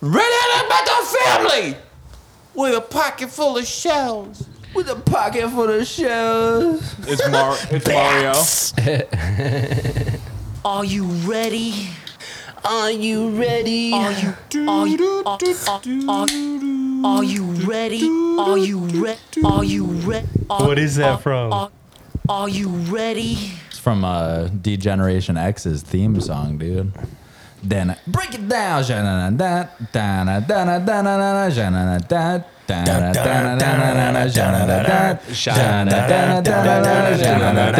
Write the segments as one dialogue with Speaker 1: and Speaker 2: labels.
Speaker 1: Ready about the family with a pocket full of shells.
Speaker 2: With a pocket full of shells.
Speaker 3: It's, Mar- it's Mario.
Speaker 1: Are you ready?
Speaker 2: Are you ready?
Speaker 1: Are you are you are, are, are, are you ready? Are you re- Are you re- are,
Speaker 4: What is that
Speaker 1: are-
Speaker 4: from?
Speaker 1: Are, are you ready?
Speaker 5: It's from uh, D Generation X's theme song, dude. Then break it down. Ja-na-na-da, da-na-da-na-da-na-na, ja-na-na-da, da-na-da-na-da-na-na, ja-na-da-da, ja-na-da-da-da-da-da, ja-na-da,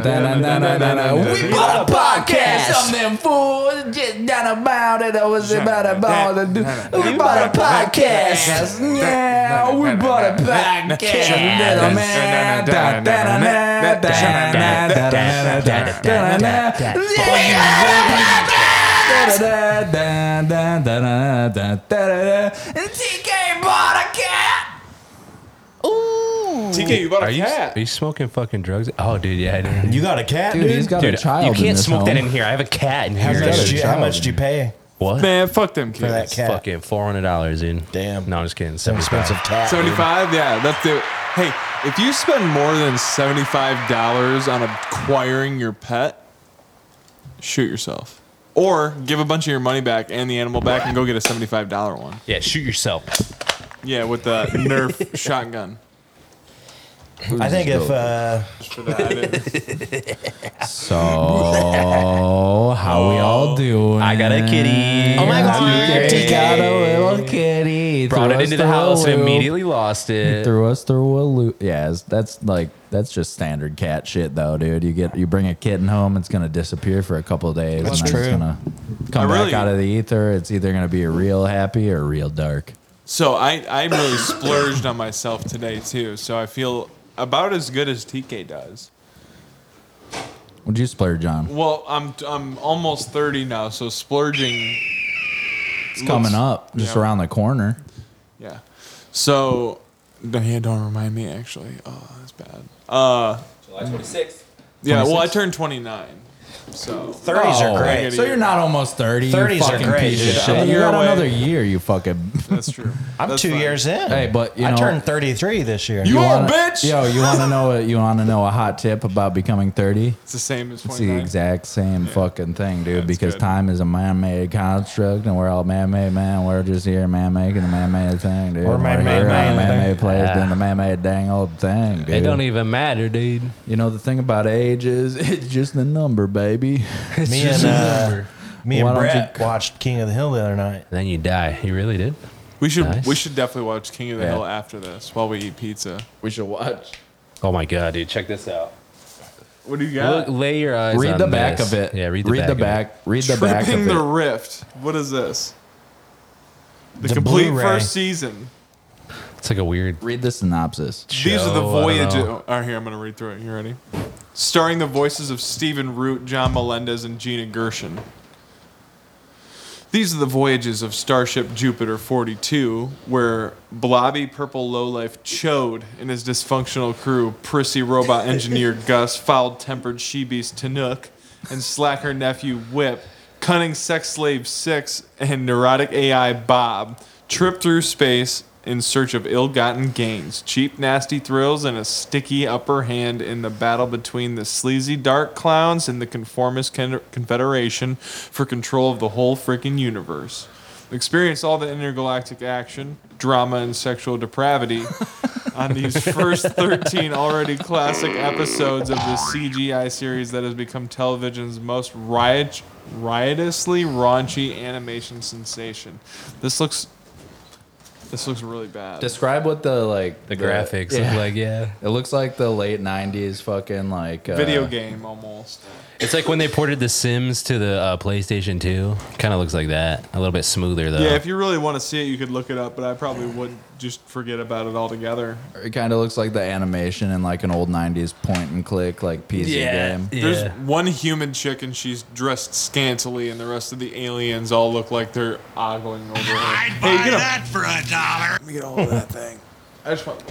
Speaker 5: ja-na-da-da-da-da-da. We bought a
Speaker 2: Podcast,
Speaker 5: podcast.
Speaker 2: some them fools just down about it. I was about about to do. We bought a podcast. Yeah, we bought a podcast. Little man. Da, da, da, da, da, da, da, da. TK bought a cat.
Speaker 3: TK, you bought a
Speaker 4: Are you,
Speaker 3: cat.
Speaker 4: are you smoking fucking drugs? Oh, dude, yeah. I didn't-
Speaker 6: You got a cat, dude.
Speaker 5: Dude, he's got a
Speaker 4: Dude,
Speaker 5: child.
Speaker 4: you
Speaker 5: in
Speaker 4: can't
Speaker 5: this
Speaker 4: smoke that
Speaker 5: home.
Speaker 4: in here. I have a cat in
Speaker 6: how,
Speaker 4: here.
Speaker 6: much do you, how
Speaker 5: child.
Speaker 6: much do you pay
Speaker 4: What?
Speaker 3: Man, fuck them
Speaker 6: for that
Speaker 3: kids.
Speaker 6: cat?
Speaker 4: Fucking four hundred dollars, dude.
Speaker 6: Damn.
Speaker 4: No, I'm just kidding.
Speaker 6: Some
Speaker 4: Seventy five.
Speaker 6: expensive cat. dude.
Speaker 3: 75? Yeah, that's it. Hey, if you spend more than $75 on acquiring your pet, shoot yourself. Or give a bunch of your money back and the animal back and go get a $75 one.
Speaker 4: Yeah, shoot yourself.
Speaker 3: Yeah, with the Nerf shotgun.
Speaker 6: I think if uh,
Speaker 5: So how we all doing?
Speaker 4: Oh, I got a kitty.
Speaker 5: Oh my
Speaker 6: God.
Speaker 5: He got a little kitty.
Speaker 4: Brought
Speaker 5: threw
Speaker 4: it
Speaker 5: us
Speaker 4: into the
Speaker 5: through a
Speaker 4: house and
Speaker 5: loop,
Speaker 4: immediately lost it.
Speaker 5: threw us through a loop. Yeah, it's- that's like that's just standard cat shit, though, dude. You get you bring a kitten home, it's gonna disappear for a couple of days.
Speaker 6: That's
Speaker 5: and then It's
Speaker 6: true.
Speaker 5: gonna come
Speaker 3: I
Speaker 5: back
Speaker 3: really-
Speaker 5: out of the ether. It's either gonna be a real happy or real dark.
Speaker 3: So I, I really splurged on myself today, too. So I feel about as good as TK does.
Speaker 5: Would you splurge on?
Speaker 3: Well, I'm, I'm almost 30 now, so splurging
Speaker 5: It's coming up, just
Speaker 3: yeah.
Speaker 5: around the corner.
Speaker 3: Yeah. So, don't- yeah, don't remind me actually. Oh, that's bad. Uh,
Speaker 2: July 26th.
Speaker 3: yeah. Well, I turned 29. So,
Speaker 6: 30s
Speaker 5: Oh,
Speaker 6: are great.
Speaker 3: Idiot.
Speaker 5: So you're not almost thirty. you
Speaker 6: 30s are
Speaker 5: fucking
Speaker 6: great,
Speaker 5: piece
Speaker 6: dude.
Speaker 5: of shit.
Speaker 3: I'm a
Speaker 5: You
Speaker 3: year
Speaker 5: got
Speaker 3: away.
Speaker 5: another year. You fucking.
Speaker 3: that's true.
Speaker 6: I'm
Speaker 3: That's
Speaker 6: two
Speaker 3: fine.
Speaker 6: years in.
Speaker 5: Hey, but you
Speaker 6: I
Speaker 5: know-
Speaker 6: turned 33 this year.
Speaker 3: You are a
Speaker 5: wanna-
Speaker 3: bitch.
Speaker 5: Yo, you want to know? A, you want to know a hot tip about becoming thirty?
Speaker 3: It's the same as
Speaker 5: It's the
Speaker 3: 29.
Speaker 5: exact same fucking thing, dude.
Speaker 3: That's
Speaker 5: because
Speaker 3: good.
Speaker 5: time is a man-made construct, and we're all man-made, man. We're just here man-making a man-made thing, dude.
Speaker 6: We're man-made,
Speaker 5: here on a
Speaker 6: man-made
Speaker 5: man-made place
Speaker 4: Yeah.
Speaker 5: doing a man-made dang old thing, dude.
Speaker 4: It don't e- even matter, dude.
Speaker 5: you know the thing about age is it's just a number, baby.
Speaker 6: me and uh, me
Speaker 5: Why
Speaker 6: and
Speaker 5: don't you-
Speaker 6: Brett watched King of the Hill the other night.
Speaker 4: Then you die. You really did.
Speaker 3: We should
Speaker 4: Nice.
Speaker 3: we should definitely watch King of the
Speaker 5: Yeah.
Speaker 3: Hill after this while we eat pizza.
Speaker 5: We should watch.
Speaker 4: Oh my god, dude. Check this out.
Speaker 3: What do you
Speaker 4: Look,
Speaker 3: got?
Speaker 4: lay your eyes.
Speaker 5: Read
Speaker 4: on
Speaker 5: the back
Speaker 4: this.
Speaker 5: of it.
Speaker 4: Yeah, read the back. of it.
Speaker 5: Read the back
Speaker 3: Tripping
Speaker 5: of
Speaker 3: the
Speaker 5: it.
Speaker 3: Rift. What is this? The,
Speaker 6: The
Speaker 3: complete
Speaker 6: Blu-ray.
Speaker 3: first season.
Speaker 4: It's like a weird.
Speaker 5: Read the synopsis.
Speaker 3: These are the
Speaker 4: show, I don't
Speaker 3: voyages.
Speaker 4: know.
Speaker 3: All right, here I'm gonna read through it. You ready? Starring the voices of Stephen Root, John Melendez, and Gina Gershon. These are the voyages of Starship Jupiter 42, where blobby purple lowlife Chode and his dysfunctional crew, prissy robot engineer Gus, foul tempered she beast Tanook, and slacker nephew Whip, cunning sex slave Six, and neurotic AI Bob, trip through space in search of ill gotten gains, cheap, nasty thrills, and a sticky upper hand in the battle between the sleazy dark clowns and the conformist con- confederation for control of the whole freaking universe. Experience all the intergalactic action, drama, and sexual depravity on these first 13 already classic episodes of the CGI series that has become television's most riot- riotously raunchy animation sensation. This looks this looks really bad.
Speaker 5: Describe what the like
Speaker 4: The graphics look like yeah.
Speaker 5: It looks like the late '90s fucking like uh,
Speaker 3: Video game almost.
Speaker 4: It's like when they ported The Sims to the uh, PlayStation 2. Kind of looks like that. A little bit smoother though.
Speaker 3: yeah, if you really want to see it, you could look it up, but I probably would just forget about it altogether.
Speaker 5: It kind of looks like the animation in like an old '90s point and click like PC
Speaker 4: yeah.
Speaker 5: game.
Speaker 4: yeah.
Speaker 3: There's one human chick and she's dressed scantily, and the rest of the aliens all look like they're ogling over her. I'd buy that for a dollar. Let me get a hold of that thing. I just want.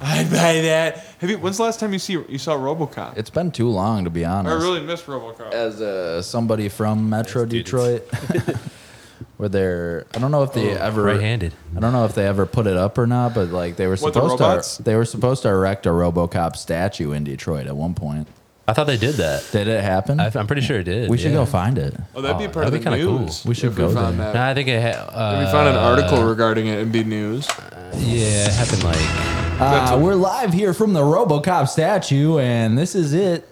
Speaker 3: I'd buy that. Have you? When's the last time you see you saw RoboCop?
Speaker 5: It's been too long to be
Speaker 3: I
Speaker 5: honest.
Speaker 4: Uh,
Speaker 3: really miss RoboCop.
Speaker 5: As uh, somebody from Metro
Speaker 4: Yes, dude,
Speaker 5: Detroit, where they're I don't know if they ever
Speaker 4: Oh, right-handed.
Speaker 5: I don't know if they ever put it up or not, but like they were
Speaker 3: What, the
Speaker 5: supposed
Speaker 3: robots?
Speaker 5: to they were supposed to erect a RoboCop statue in Detroit at one point.
Speaker 4: I thought they did that.
Speaker 5: Did it happen?
Speaker 4: I, I'm pretty sure it did.
Speaker 5: we should
Speaker 4: yeah.
Speaker 5: go find it.
Speaker 3: Oh, that'd be a
Speaker 4: Oh,
Speaker 3: part of
Speaker 4: that'd
Speaker 3: the
Speaker 4: be kinda cool.
Speaker 3: news.
Speaker 5: We should
Speaker 3: if
Speaker 5: go
Speaker 3: we found
Speaker 5: there.
Speaker 3: that.
Speaker 4: No, I think it. Ha- uh,
Speaker 3: If we found an article regarding it and be news.
Speaker 4: Yeah, it happened like
Speaker 5: Uh, we're live here from the RoboCop statue, and this is it.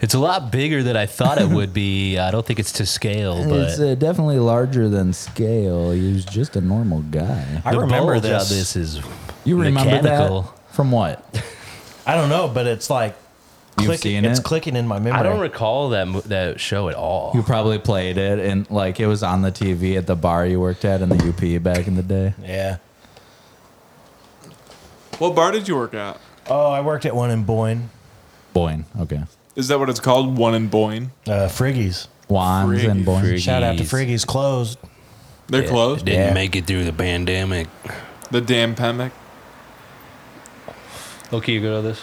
Speaker 4: it's a lot bigger than I thought it would be. I don't think it's to scale, but
Speaker 5: it's uh, definitely larger than scale. He was just a normal guy.
Speaker 6: I
Speaker 4: the
Speaker 6: remember
Speaker 4: bulge
Speaker 6: this.
Speaker 4: of this is
Speaker 5: You remember
Speaker 4: mechanical.
Speaker 5: that from what?
Speaker 6: I don't know, but it's like
Speaker 5: You've
Speaker 6: click,
Speaker 5: seen
Speaker 6: it's
Speaker 5: it?
Speaker 6: clicking in my memory.
Speaker 4: I don't recall that mo- that show at all.
Speaker 5: You probably played it, and like it was on the TV at the bar you worked at in the UP back in the day.
Speaker 6: yeah.
Speaker 3: What bar did you work at?
Speaker 6: Oh, I worked at one in Boyne,
Speaker 5: Boyne, okay.
Speaker 3: Is that what it's called? One in Boyne.
Speaker 6: uh, Friggies.
Speaker 5: Wands
Speaker 3: Friggy,
Speaker 5: and Boyne.
Speaker 6: Shout out to
Speaker 4: Jeez.
Speaker 6: Friggies closed.
Speaker 3: They're
Speaker 4: Yeah,
Speaker 3: closed.
Speaker 4: Didn't
Speaker 6: Yeah.
Speaker 4: make it through the pandemic.
Speaker 3: The damn pandemic.
Speaker 4: Okay, you good on this?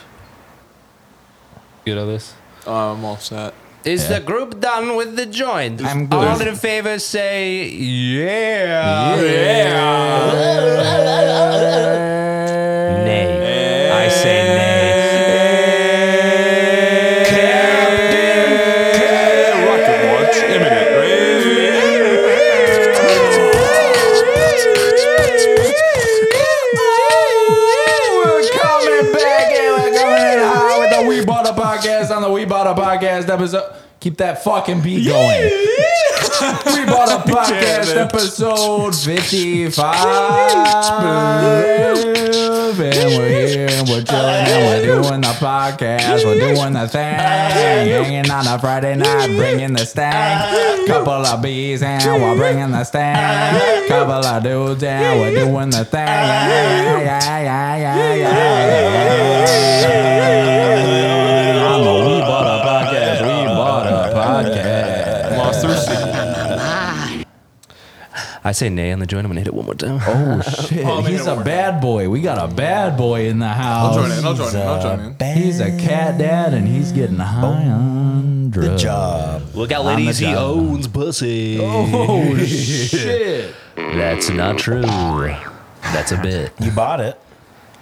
Speaker 4: Good on this?
Speaker 3: Oh, I'm all set.
Speaker 4: Is the group done with the joint?
Speaker 5: I'm good.
Speaker 4: All in favor say yeah. Nay. I say nay.
Speaker 3: Rocket launch imminent.
Speaker 5: Coming back in, we're coming in high with the We Bought a Podcast on the We Bought a Podcast episode. Keep that fucking beat going. we Bought a Podcast
Speaker 3: Damn it.
Speaker 5: episode 55. And we're here and we're chilling and we're doing the podcast. We're doing the thing. Hanging on a Friday night, bringing the stank. Couple of bees and we're bringing the stank. Couple of dudes and we're doing the thing. Yeah, yeah, yeah, yeah, yeah, yeah. I'm a We Bought a Podcast. We Bought a Podcast.
Speaker 3: Lost their seat.
Speaker 4: I say nay on the joint. I'm gonna hit it one more time.
Speaker 5: Oh shit!
Speaker 3: Oh, man,
Speaker 5: He's
Speaker 3: it'll
Speaker 5: a
Speaker 3: work
Speaker 5: bad boy. We got a bad boy in the house.
Speaker 3: I'll join in. I'll join in.
Speaker 6: uh,
Speaker 3: I'll join in.
Speaker 5: He's a cat dad, and he's getting high on drugs.
Speaker 6: job.
Speaker 4: Look out,
Speaker 5: I'm
Speaker 4: ladies.
Speaker 5: the
Speaker 4: He
Speaker 5: dumb.
Speaker 4: owns pussy.
Speaker 5: Oh shit!
Speaker 4: That's not true. That's a bit.
Speaker 6: You bought it.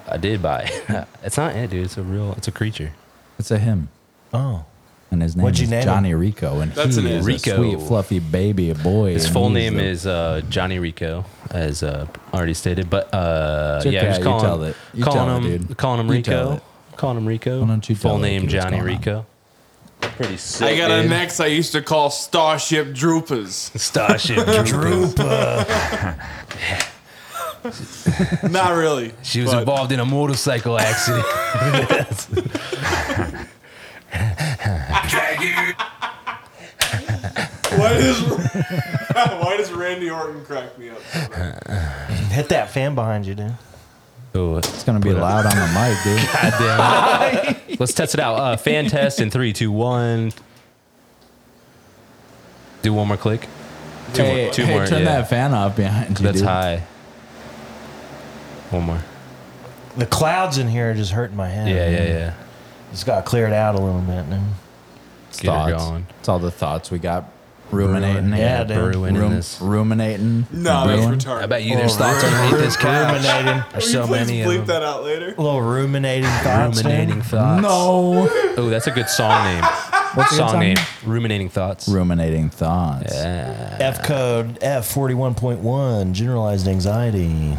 Speaker 4: I did buy. it. it's not it, dude. It's a real. It's a creature.
Speaker 5: It's a him,
Speaker 6: Oh.
Speaker 5: and his name
Speaker 6: What'd you
Speaker 5: is
Speaker 6: name him?
Speaker 5: Johnny Rico, and
Speaker 3: That's
Speaker 5: he
Speaker 3: an
Speaker 5: is
Speaker 4: Rico.
Speaker 5: a sweet fluffy baby boy.
Speaker 4: His
Speaker 5: and
Speaker 4: full
Speaker 5: he's
Speaker 4: name
Speaker 5: the-
Speaker 4: is uh, Johnny Rico, as uh, already stated. But uh,
Speaker 5: Check
Speaker 4: yeah,
Speaker 5: that.
Speaker 4: just
Speaker 5: You
Speaker 4: calling,
Speaker 5: tell it. You
Speaker 4: calling
Speaker 5: tell it,
Speaker 4: him,
Speaker 5: dude.
Speaker 4: calling him
Speaker 5: You tell
Speaker 4: Rico,
Speaker 5: it.
Speaker 4: calling him Rico.
Speaker 5: Why don't you
Speaker 4: full
Speaker 5: tell
Speaker 4: name
Speaker 5: Ricky what's
Speaker 4: Johnny
Speaker 5: going on?
Speaker 4: Rico. Pretty sick.
Speaker 3: I got a
Speaker 4: dude.
Speaker 3: next I used to call Starship Droopers.
Speaker 4: starship. Droop.
Speaker 3: Not really.
Speaker 4: She was
Speaker 3: but
Speaker 4: involved in a motorcycle accident.
Speaker 3: Why does, why does Randy Orton crack me up?
Speaker 6: Hit that fan behind you, dude.
Speaker 4: Ooh,
Speaker 5: It's gonna be loud on the mic, dude.
Speaker 4: Let's test it out. Uh, fan test in three, two, one. Do one more click. Two
Speaker 5: hey,
Speaker 4: more. Two
Speaker 5: hey,
Speaker 4: more.
Speaker 5: turn
Speaker 4: yeah.
Speaker 5: that fan off behind you.
Speaker 4: That's
Speaker 5: dude.
Speaker 4: high. One more.
Speaker 6: The clouds in here are just hurting my head.
Speaker 4: Yeah, yeah, yeah.
Speaker 6: Just got cleared out a little bit. Dude.
Speaker 5: It's
Speaker 4: Get her
Speaker 5: thoughts.
Speaker 4: going.
Speaker 5: It's all the thoughts we got ruminating.
Speaker 6: Yeah,
Speaker 5: here.
Speaker 6: dude.
Speaker 4: Bruin in
Speaker 5: Rum-
Speaker 4: this.
Speaker 5: ruminating.
Speaker 3: No, that's
Speaker 5: Brewing.
Speaker 3: retarded.
Speaker 4: I bet you there's thoughts underneath this couch.
Speaker 6: Ruminating.
Speaker 4: There's
Speaker 3: Oh, Will you
Speaker 4: so
Speaker 3: please
Speaker 4: many of
Speaker 3: bleep
Speaker 4: them.
Speaker 3: that out later.
Speaker 6: little ruminating thoughts.
Speaker 4: Ruminating thoughts.
Speaker 5: No.
Speaker 4: Oh, that's a good song name. What
Speaker 5: a good
Speaker 4: song
Speaker 5: song
Speaker 4: name?
Speaker 5: name?
Speaker 4: Ruminating thoughts.
Speaker 5: Ruminating thoughts.
Speaker 6: F code F forty one point one generalized anxiety.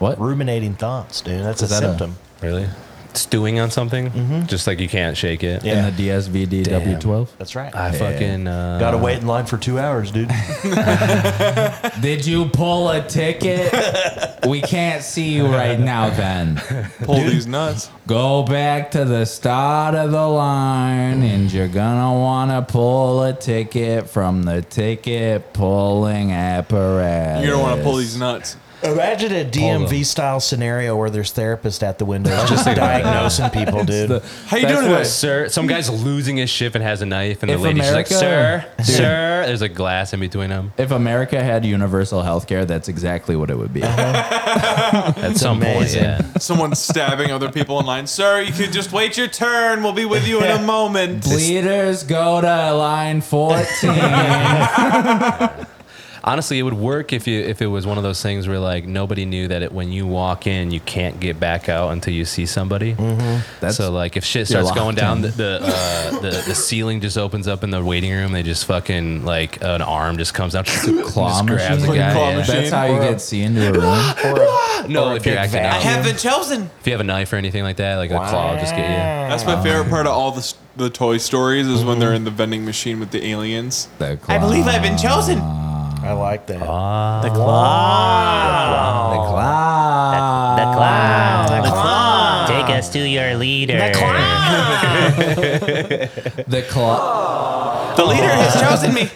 Speaker 5: What?
Speaker 6: Ruminating thoughts, dude. That's
Speaker 5: Is
Speaker 6: a
Speaker 5: that a-
Speaker 6: symptom.
Speaker 4: Really? Stewing on something. Just like you can't shake it.
Speaker 6: Yeah.
Speaker 5: In the DSVD W12.
Speaker 6: That's right.
Speaker 4: I fucking uh,
Speaker 6: Gotta wait in line for two hours, dude.
Speaker 5: Did you pull a ticket? we can't see you right now, then.
Speaker 3: Pull these nuts.
Speaker 5: Go back to the start of the line, and you're gonna wanna pull a ticket from the ticket pulling apparatus.
Speaker 3: You're gonna want to pull these nuts.
Speaker 6: Imagine a DMV style scenario where there's therapists at the windows just diagnosing people, dude.
Speaker 3: How you
Speaker 4: That's
Speaker 3: doing
Speaker 4: what,
Speaker 3: today?
Speaker 4: sir? Some guy's losing his ship and has a knife, and
Speaker 5: If
Speaker 4: the lady's just like, "Sir,
Speaker 5: America-
Speaker 4: sir." There's a glass in between them.
Speaker 5: If America had universal health care, that's exactly what it would be.
Speaker 4: At some
Speaker 6: amazing.
Speaker 4: point, yeah.
Speaker 3: Someone stabbing other people in line. Sir, you could just wait your turn. We'll be with you in a moment.
Speaker 5: Bleeders go to line 14.
Speaker 4: honestly, it would work if you if it was one of those things where like nobody knew that it, when you walk in, you can't get back out until you see somebody.
Speaker 5: Mm-hmm. That's-
Speaker 4: so like if shit starts
Speaker 5: locked
Speaker 4: going down,
Speaker 5: in.
Speaker 4: the the, uh, the the ceiling just opens up in the waiting room. They just fucking like an arm just comes out, just grabs the
Speaker 5: machine?
Speaker 4: guy.
Speaker 3: Claw
Speaker 4: yeah.
Speaker 3: machine.
Speaker 5: That's how you get seen to a room.
Speaker 4: No, if you're acting
Speaker 1: I
Speaker 4: out,
Speaker 1: have been chosen.
Speaker 4: if you have a knife or anything like that, like a claw, will just get you.
Speaker 3: That's my favorite part of all the s- the toy stories is when they're in the vending machine with the aliens.
Speaker 5: The
Speaker 1: I believe
Speaker 5: clown.
Speaker 1: I've been chosen.
Speaker 6: I like that.
Speaker 4: Ah.
Speaker 1: The claw.
Speaker 5: The clown.
Speaker 7: The clown.
Speaker 1: The claw.
Speaker 7: Take us to your leader.
Speaker 1: The claw.
Speaker 5: The clown.
Speaker 1: The leader has chosen me.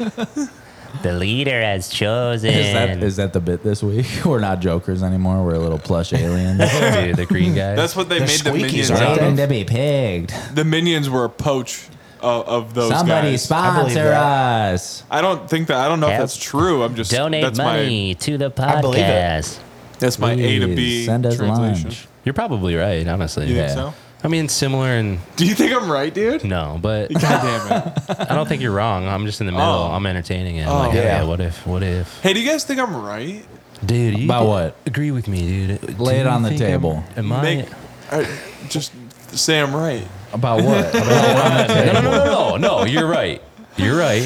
Speaker 7: The leader has chosen.
Speaker 5: Is that is that the bit this week? We're not jokers anymore. We're little plush aliens.
Speaker 4: Dude, the green guy.
Speaker 3: That's what they
Speaker 6: The
Speaker 3: made the
Speaker 6: squeakies,
Speaker 3: minions
Speaker 6: right?
Speaker 3: out
Speaker 5: Waiting
Speaker 3: of.
Speaker 5: to be pigged.
Speaker 3: The minions were a poach of, of those
Speaker 5: Somebody
Speaker 3: guys.
Speaker 6: I believe
Speaker 5: sponsor
Speaker 6: that.
Speaker 5: us.
Speaker 3: I don't think that. I don't know
Speaker 7: Yep.
Speaker 3: if that's true. I'm just
Speaker 7: Donate
Speaker 3: that's
Speaker 7: money to the
Speaker 6: believe it.
Speaker 7: podcast.
Speaker 3: My, that's my A to B
Speaker 5: Please Send us
Speaker 3: translation.
Speaker 5: lunch.
Speaker 4: You're probably right, honestly.
Speaker 3: You think
Speaker 5: Yeah.
Speaker 3: so?
Speaker 4: I mean, similar and
Speaker 3: Do you think I'm right, dude?
Speaker 4: no, but
Speaker 3: God damn it.
Speaker 4: I don't think you're wrong. I'm just in the middle.
Speaker 3: Oh.
Speaker 4: I'm entertaining it. I'm
Speaker 3: Oh.
Speaker 4: like,
Speaker 6: Yeah.
Speaker 4: yeah. What if? What if?
Speaker 3: Hey, do you guys think I'm right?
Speaker 4: Dude, you
Speaker 5: About
Speaker 4: did-
Speaker 5: what?
Speaker 4: Agree with me, dude.
Speaker 5: Lay
Speaker 4: Do
Speaker 5: it
Speaker 4: you
Speaker 5: on the
Speaker 4: think I'm-
Speaker 5: table.
Speaker 4: am I?
Speaker 3: Make, I, just say I'm right.
Speaker 5: About what?
Speaker 4: no, no, no, no, no, no. You're right. You're right.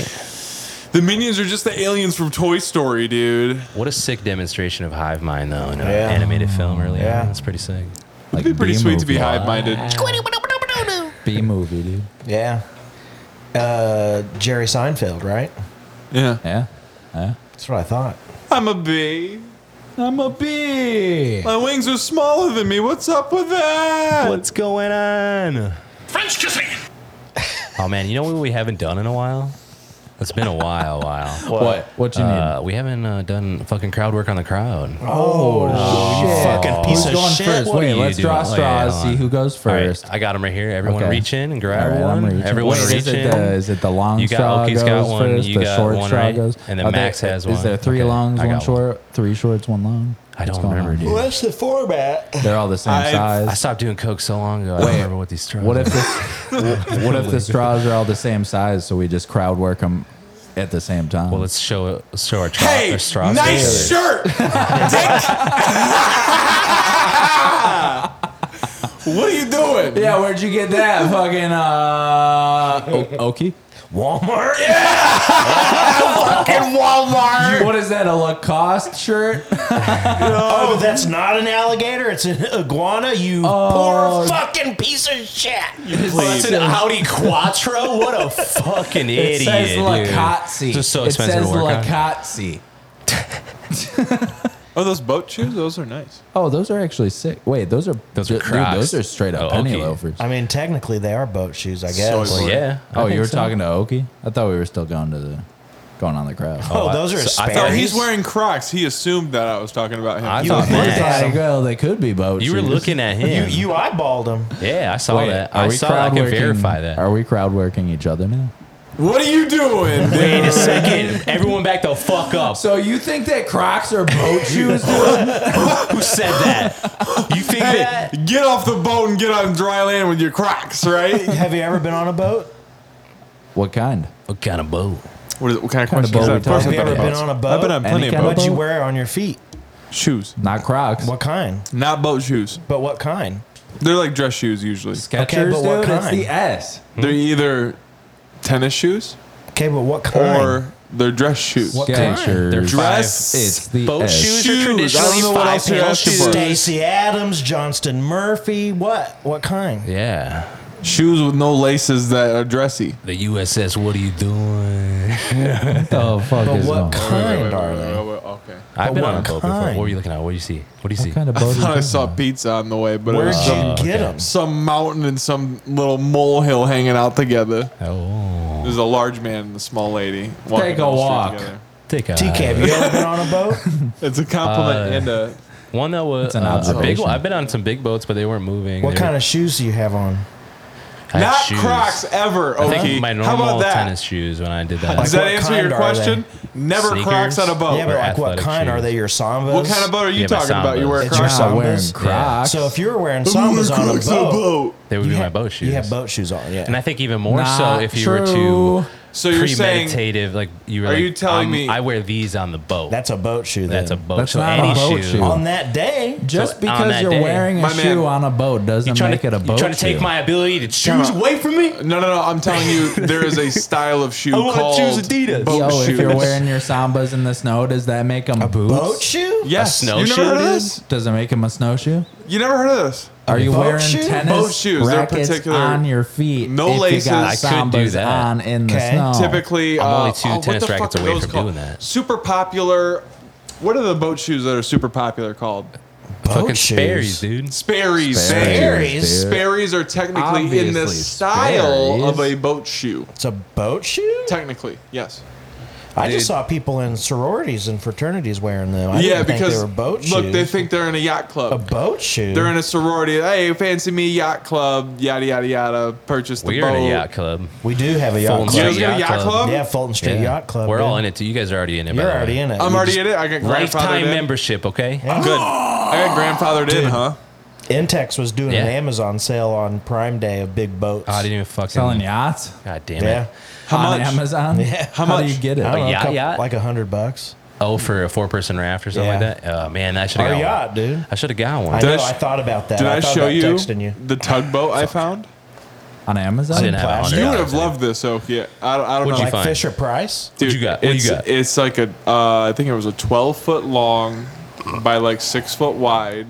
Speaker 3: The minions are just the aliens from Toy Story, dude.
Speaker 4: What a sick demonstration of hive mind, though, in an
Speaker 6: Yeah.
Speaker 4: animated film earlier.
Speaker 6: Yeah.
Speaker 4: That's pretty sick.
Speaker 5: Like
Speaker 3: It'd be pretty sweet to be
Speaker 5: high.
Speaker 3: hive minded.
Speaker 5: B movie, dude.
Speaker 6: Yeah. Uh, Jerry Seinfeld, right?
Speaker 3: Yeah.
Speaker 5: Yeah.
Speaker 6: That's what I thought.
Speaker 3: I'm a bee.
Speaker 5: I'm a bee.
Speaker 3: My wings are smaller than me. What's up with that?
Speaker 4: going on? French kissing. oh man, you know what we haven't done in a while? It's been a while, while.
Speaker 5: What? What you need?
Speaker 4: Uh, we haven't uh, done fucking crowd work on the crowd.
Speaker 5: shit.
Speaker 6: Uh, Oh, fucking piece
Speaker 5: Who's
Speaker 6: of
Speaker 5: going
Speaker 6: shit.
Speaker 5: first?
Speaker 4: What
Speaker 5: Wait,
Speaker 4: are you
Speaker 5: let's draw
Speaker 4: doing? Oh, yeah,
Speaker 5: straws.
Speaker 4: hold
Speaker 5: see
Speaker 4: on.
Speaker 5: who goes
Speaker 4: All right,
Speaker 5: first.
Speaker 4: I got them right here. Everyone
Speaker 5: Okay.
Speaker 4: reach in and grab
Speaker 5: All right, I'm
Speaker 4: one.
Speaker 5: reaching.
Speaker 4: Everyone
Speaker 5: Wait,
Speaker 4: reach
Speaker 5: is it
Speaker 4: in.
Speaker 5: the is it the long
Speaker 4: You got-
Speaker 5: straw
Speaker 4: Oki's got
Speaker 5: goes
Speaker 4: one,
Speaker 5: first?
Speaker 4: you
Speaker 5: the
Speaker 4: got
Speaker 5: short
Speaker 4: one,
Speaker 5: straw
Speaker 4: right?
Speaker 5: goes.
Speaker 4: And then
Speaker 5: Are there-
Speaker 4: Max has
Speaker 5: Is
Speaker 4: one.
Speaker 5: there three
Speaker 4: Okay,
Speaker 5: longs,
Speaker 4: I got
Speaker 5: one
Speaker 4: one.
Speaker 5: short, three shorts, one long?
Speaker 4: I
Speaker 5: What's
Speaker 4: don't
Speaker 5: going
Speaker 4: remember,
Speaker 5: on?
Speaker 4: dude.
Speaker 6: That's the format.
Speaker 5: They're all the same
Speaker 3: I-
Speaker 4: I
Speaker 5: size.
Speaker 4: stopped doing coke so long ago. I don't remember what these straws.
Speaker 5: What if
Speaker 4: are.
Speaker 5: this? what if the straws are all the same size? So we just crowd work them at the same time.
Speaker 4: Well, let's show let's show our, tra-
Speaker 3: Hey,
Speaker 4: our straws.
Speaker 3: nice
Speaker 4: together.
Speaker 3: shirt. Dick. what are you doing?
Speaker 5: yeah, where'd you get that fucking uh? O- Okie.
Speaker 6: Walmart.
Speaker 3: Fucking Walmart.
Speaker 5: What is that? A Lacoste shirt?
Speaker 6: Oh, that's not an alligator. It's an iguana. You poor fucking piece of shit.
Speaker 3: Please.
Speaker 4: It's an Audi Quattro. What a fucking idiot!
Speaker 5: It says
Speaker 4: dude.
Speaker 5: Lacazzi.
Speaker 4: Just so
Speaker 5: it
Speaker 4: expensive
Speaker 5: says
Speaker 4: to work on.
Speaker 5: Lacazzi.
Speaker 3: Oh, those boat shoes? Those are nice.
Speaker 5: Oh, those are actually sick. Wait, those are
Speaker 4: Those are
Speaker 5: dude,
Speaker 4: Crocs.
Speaker 5: those are straight up
Speaker 4: Oh,
Speaker 5: penny
Speaker 4: okay.
Speaker 5: loafers.
Speaker 6: I mean, technically, they are boat shoes, I guess.
Speaker 3: Soy
Speaker 4: Well,
Speaker 3: boy.
Speaker 4: yeah. I
Speaker 5: oh,
Speaker 4: think
Speaker 5: you were
Speaker 4: so.
Speaker 5: talking to Oki? I thought we were still going to the going on the crowd.
Speaker 6: oh, those are
Speaker 4: so I
Speaker 6: Spanish.
Speaker 3: No, he's wearing Crocs. He assumed that I was talking about him.
Speaker 4: I
Speaker 3: He
Speaker 4: thought
Speaker 3: was
Speaker 4: that-
Speaker 3: like,
Speaker 5: It's
Speaker 6: Yeah.
Speaker 5: like, well, they could be boat.
Speaker 4: You were
Speaker 5: shoes.
Speaker 4: looking at
Speaker 6: You,
Speaker 4: him.
Speaker 6: you eyeballed him.
Speaker 4: yeah, I saw
Speaker 5: Wait,
Speaker 4: that.
Speaker 5: are
Speaker 4: I
Speaker 5: we
Speaker 4: saw that. I can
Speaker 5: crowd-working-
Speaker 4: verify that.
Speaker 5: Are we crowd working each other now?
Speaker 3: What are you doing? dude?"
Speaker 4: Wait a second. Everyone back the fuck up.
Speaker 5: So you think that Crocs are boat shoes?
Speaker 4: Who said that? You think
Speaker 3: Hey,
Speaker 4: that?
Speaker 3: get off the boat and get on dry land with your Crocs, right?
Speaker 6: Have you ever been on a boat?
Speaker 5: what kind?
Speaker 4: What kind of boat?
Speaker 3: What, is, what kind of
Speaker 5: What kind of
Speaker 3: question
Speaker 5: boat
Speaker 3: is
Speaker 5: we
Speaker 3: that? Of course
Speaker 5: talking
Speaker 6: Have you
Speaker 3: I've
Speaker 6: ever
Speaker 3: been
Speaker 6: been
Speaker 3: on
Speaker 6: on
Speaker 3: boats.
Speaker 6: a boat?
Speaker 3: I've been on
Speaker 5: Any
Speaker 3: plenty of
Speaker 5: kind of
Speaker 6: What
Speaker 3: boats.
Speaker 6: you
Speaker 5: boat?
Speaker 6: wear on your feet?
Speaker 3: Shoes,
Speaker 5: Not Crocs.
Speaker 6: What kind?
Speaker 3: not boat shoes.
Speaker 6: But what kind?
Speaker 3: They're like dress shoes usually.
Speaker 5: Skechers,
Speaker 6: but what
Speaker 5: dude. It's
Speaker 6: kind?
Speaker 5: the S.
Speaker 3: They're either tennis shoes
Speaker 6: Okay, but what kind?
Speaker 3: or they're dress shoes.
Speaker 6: What
Speaker 5: Skechers.
Speaker 4: They're
Speaker 3: Dress.
Speaker 5: It's the
Speaker 4: Boat
Speaker 5: S.
Speaker 4: shoes
Speaker 3: Shoes.
Speaker 4: are
Speaker 3: I don't
Speaker 4: traditionally
Speaker 3: know what
Speaker 4: five
Speaker 3: else you're
Speaker 4: panel
Speaker 3: asking
Speaker 4: shoes.
Speaker 3: for.
Speaker 6: Stacy Adams, Johnston Murphy. What? What kind?
Speaker 4: Yeah.
Speaker 3: Shoes with no laces that are dressy.
Speaker 4: The USS, what are you doing?
Speaker 5: What the fuck
Speaker 6: But
Speaker 5: is
Speaker 6: what
Speaker 5: going on?
Speaker 6: kind are they?
Speaker 3: Okay.
Speaker 4: I've been
Speaker 6: what
Speaker 4: on a boat before.
Speaker 6: kind?
Speaker 4: What were you looking at? What do you see? What do you see?
Speaker 5: What kind of
Speaker 3: I
Speaker 5: boat is
Speaker 3: thought I
Speaker 5: that?
Speaker 3: saw pizza on the way, but it
Speaker 6: Where'd
Speaker 3: was
Speaker 6: you
Speaker 3: some,
Speaker 6: get them?
Speaker 3: some mountain and some little molehill hanging out together.
Speaker 4: oh.
Speaker 3: There's a large man and a small lady. walking
Speaker 5: Take a
Speaker 3: down the street
Speaker 5: walk.
Speaker 3: together.
Speaker 4: Take a
Speaker 6: TK, have you ever been on a boat?
Speaker 3: It's a compliment
Speaker 4: Uh,
Speaker 3: and a.
Speaker 4: One that was
Speaker 5: an
Speaker 4: uh, a big
Speaker 5: observation.
Speaker 4: one. I've been on some big boats, but they weren't moving.
Speaker 6: What
Speaker 4: They were-
Speaker 6: kind of shoes do you have on?
Speaker 4: I had
Speaker 3: Not
Speaker 4: shoes.
Speaker 3: Crocs ever,
Speaker 4: I think
Speaker 3: Oki.
Speaker 4: my
Speaker 3: How
Speaker 4: normal
Speaker 3: about that?
Speaker 4: tennis shoes when I did
Speaker 3: Does
Speaker 4: that.
Speaker 6: Like,
Speaker 3: that
Speaker 6: what
Speaker 3: answer
Speaker 6: kind
Speaker 3: your
Speaker 6: are they?
Speaker 3: question? Never
Speaker 4: Sneakers?
Speaker 3: Crocs on a boat.
Speaker 6: yeah, but like what
Speaker 4: athletic
Speaker 6: kind are
Speaker 4: shoes.
Speaker 6: they? Your sambas?
Speaker 3: what kind of boat are you
Speaker 4: Yeah, my
Speaker 3: talking about? You
Speaker 4: Sambas.
Speaker 3: wear
Speaker 6: It's your
Speaker 3: Crocs?
Speaker 5: Not
Speaker 6: sambas.
Speaker 5: wearing Crocs.
Speaker 6: So if you were wearing sambas on a boat,
Speaker 4: they would
Speaker 6: you
Speaker 4: be my
Speaker 6: had-
Speaker 4: boat shoes.
Speaker 6: You have boat shoes on, yeah.
Speaker 4: And I think even more
Speaker 5: Not
Speaker 4: so if you were to
Speaker 5: true.
Speaker 3: So you're saying
Speaker 4: premeditative. like you were
Speaker 3: Are
Speaker 4: like,
Speaker 3: you telling
Speaker 4: I'm-
Speaker 3: me-
Speaker 4: I wear these on the boat.
Speaker 6: That's a boat shoe. Then.
Speaker 4: that's a boat.
Speaker 5: That's
Speaker 4: so
Speaker 5: not a
Speaker 4: any shoe.
Speaker 5: boat shoe.
Speaker 6: On that day,
Speaker 5: Just
Speaker 4: on
Speaker 5: because
Speaker 4: that
Speaker 5: you're
Speaker 4: day-
Speaker 5: wearing a
Speaker 3: My man-
Speaker 5: shoe on a boat doesn't make it a boat
Speaker 4: trying to take
Speaker 5: shoe.
Speaker 4: my ability to choose
Speaker 3: on.
Speaker 4: away from me?
Speaker 3: No, no, no. I'm telling you, there is a style of shoe
Speaker 4: I wanna
Speaker 3: called
Speaker 4: choose Adidas.
Speaker 3: boat
Speaker 5: Yo,
Speaker 3: shoes.
Speaker 5: if you're wearing your sambas in the snow, does that make them boots?
Speaker 6: boat shoe.
Speaker 3: yes,
Speaker 4: A snow
Speaker 3: you never
Speaker 4: shoe,
Speaker 3: heard
Speaker 4: dude?
Speaker 3: of this?
Speaker 5: Does it make them a snowshoe?
Speaker 3: You never heard of this?
Speaker 5: Are you
Speaker 6: Boat
Speaker 5: wearing
Speaker 6: shoes?
Speaker 5: tennis
Speaker 3: Boat shoes, they're
Speaker 5: rackets
Speaker 3: particular-
Speaker 5: on your feet?
Speaker 3: No
Speaker 5: if
Speaker 3: laces.
Speaker 5: You got
Speaker 3: I
Speaker 4: could do
Speaker 5: sambas
Speaker 4: that.
Speaker 5: on in the
Speaker 6: Okay.
Speaker 5: snow.
Speaker 3: Typically,
Speaker 4: I'm
Speaker 3: uh,
Speaker 4: only two
Speaker 3: oh, what
Speaker 4: tennis
Speaker 3: the fuck
Speaker 4: rackets
Speaker 3: are
Speaker 4: away
Speaker 3: those
Speaker 4: from
Speaker 3: called?
Speaker 4: doing that.
Speaker 3: Super popular. What are the boat shoes that are super popular called?
Speaker 6: Boat
Speaker 4: Fucking
Speaker 6: shoes.
Speaker 4: Sperry's, dude.
Speaker 3: Sperry's.
Speaker 6: Sperry's.
Speaker 3: Sperry's are technically in the
Speaker 4: Obviously,
Speaker 3: style of
Speaker 4: Sperry's.
Speaker 3: a boat shoe.
Speaker 6: It's a boat shoe.
Speaker 3: Technically, yes.
Speaker 6: I
Speaker 4: Dude.
Speaker 6: just saw people in sororities and fraternities wearing them.
Speaker 3: yeah,
Speaker 6: I didn't think
Speaker 3: because
Speaker 6: they were boat
Speaker 3: look,
Speaker 6: shoes.
Speaker 3: they think they're in a yacht club.
Speaker 6: a boat shoe.
Speaker 3: they're in a sorority. Hey, fancy me yacht club. Yada yada yada. Purchase the
Speaker 4: We're
Speaker 3: boat.
Speaker 4: in a yacht club.
Speaker 6: we do have a
Speaker 4: Full
Speaker 6: yacht
Speaker 3: You
Speaker 6: club.
Speaker 3: guys got a
Speaker 4: Yacht
Speaker 3: yacht
Speaker 4: club.
Speaker 3: club?
Speaker 6: Yeah, Fulton Street Yacht Club.
Speaker 4: We're
Speaker 6: dude.
Speaker 4: all in it. Too. You guys are already in it. by the
Speaker 6: You're
Speaker 4: way.
Speaker 6: already in it.
Speaker 3: I'm
Speaker 6: You
Speaker 3: already
Speaker 6: just-
Speaker 3: in it. I got grandfathered
Speaker 4: Lifetime
Speaker 3: in.
Speaker 4: membership. Okay.
Speaker 3: I'm good. I got grandfathered in, huh?
Speaker 6: Intex was doing an
Speaker 4: Yeah.
Speaker 6: Amazon sale on Prime Day of big boats.
Speaker 4: Oh, I didn't even fucking.
Speaker 5: selling yachts
Speaker 4: God damn
Speaker 6: yeah.
Speaker 4: it.
Speaker 3: How
Speaker 5: on
Speaker 3: much?
Speaker 5: Amazon.
Speaker 6: Yeah.
Speaker 5: How,
Speaker 3: much? Oh,
Speaker 5: do you get it?
Speaker 6: I don't know, a
Speaker 4: yacht,
Speaker 6: couple-
Speaker 4: yacht?
Speaker 6: like a hundred bucks.
Speaker 4: Oh, for a four-person raft or something
Speaker 6: Yeah.
Speaker 4: like that. Oh man, I should
Speaker 6: Our
Speaker 4: have got
Speaker 6: yacht,
Speaker 4: one.
Speaker 6: dude.
Speaker 4: I should have got one.
Speaker 6: I
Speaker 4: I
Speaker 3: Did I
Speaker 6: know.
Speaker 3: sh-
Speaker 6: I thought about that.
Speaker 3: Did I,
Speaker 6: thought
Speaker 3: show
Speaker 6: about
Speaker 3: you,
Speaker 6: texting you.
Speaker 3: the tugboat I found?
Speaker 5: on Amazon.
Speaker 4: didn't have a
Speaker 6: Plastic.
Speaker 4: hundred
Speaker 3: You would
Speaker 4: dollars.
Speaker 3: have loved this, Oki. I, don't- I don't
Speaker 4: What'd
Speaker 3: know.
Speaker 4: you
Speaker 6: Like
Speaker 4: find?
Speaker 6: Fisher Price.
Speaker 3: Dude,
Speaker 4: you got? What
Speaker 3: it's,
Speaker 4: you got?
Speaker 3: It's like a, uh, I think it was a 12 foot long by like six foot wide.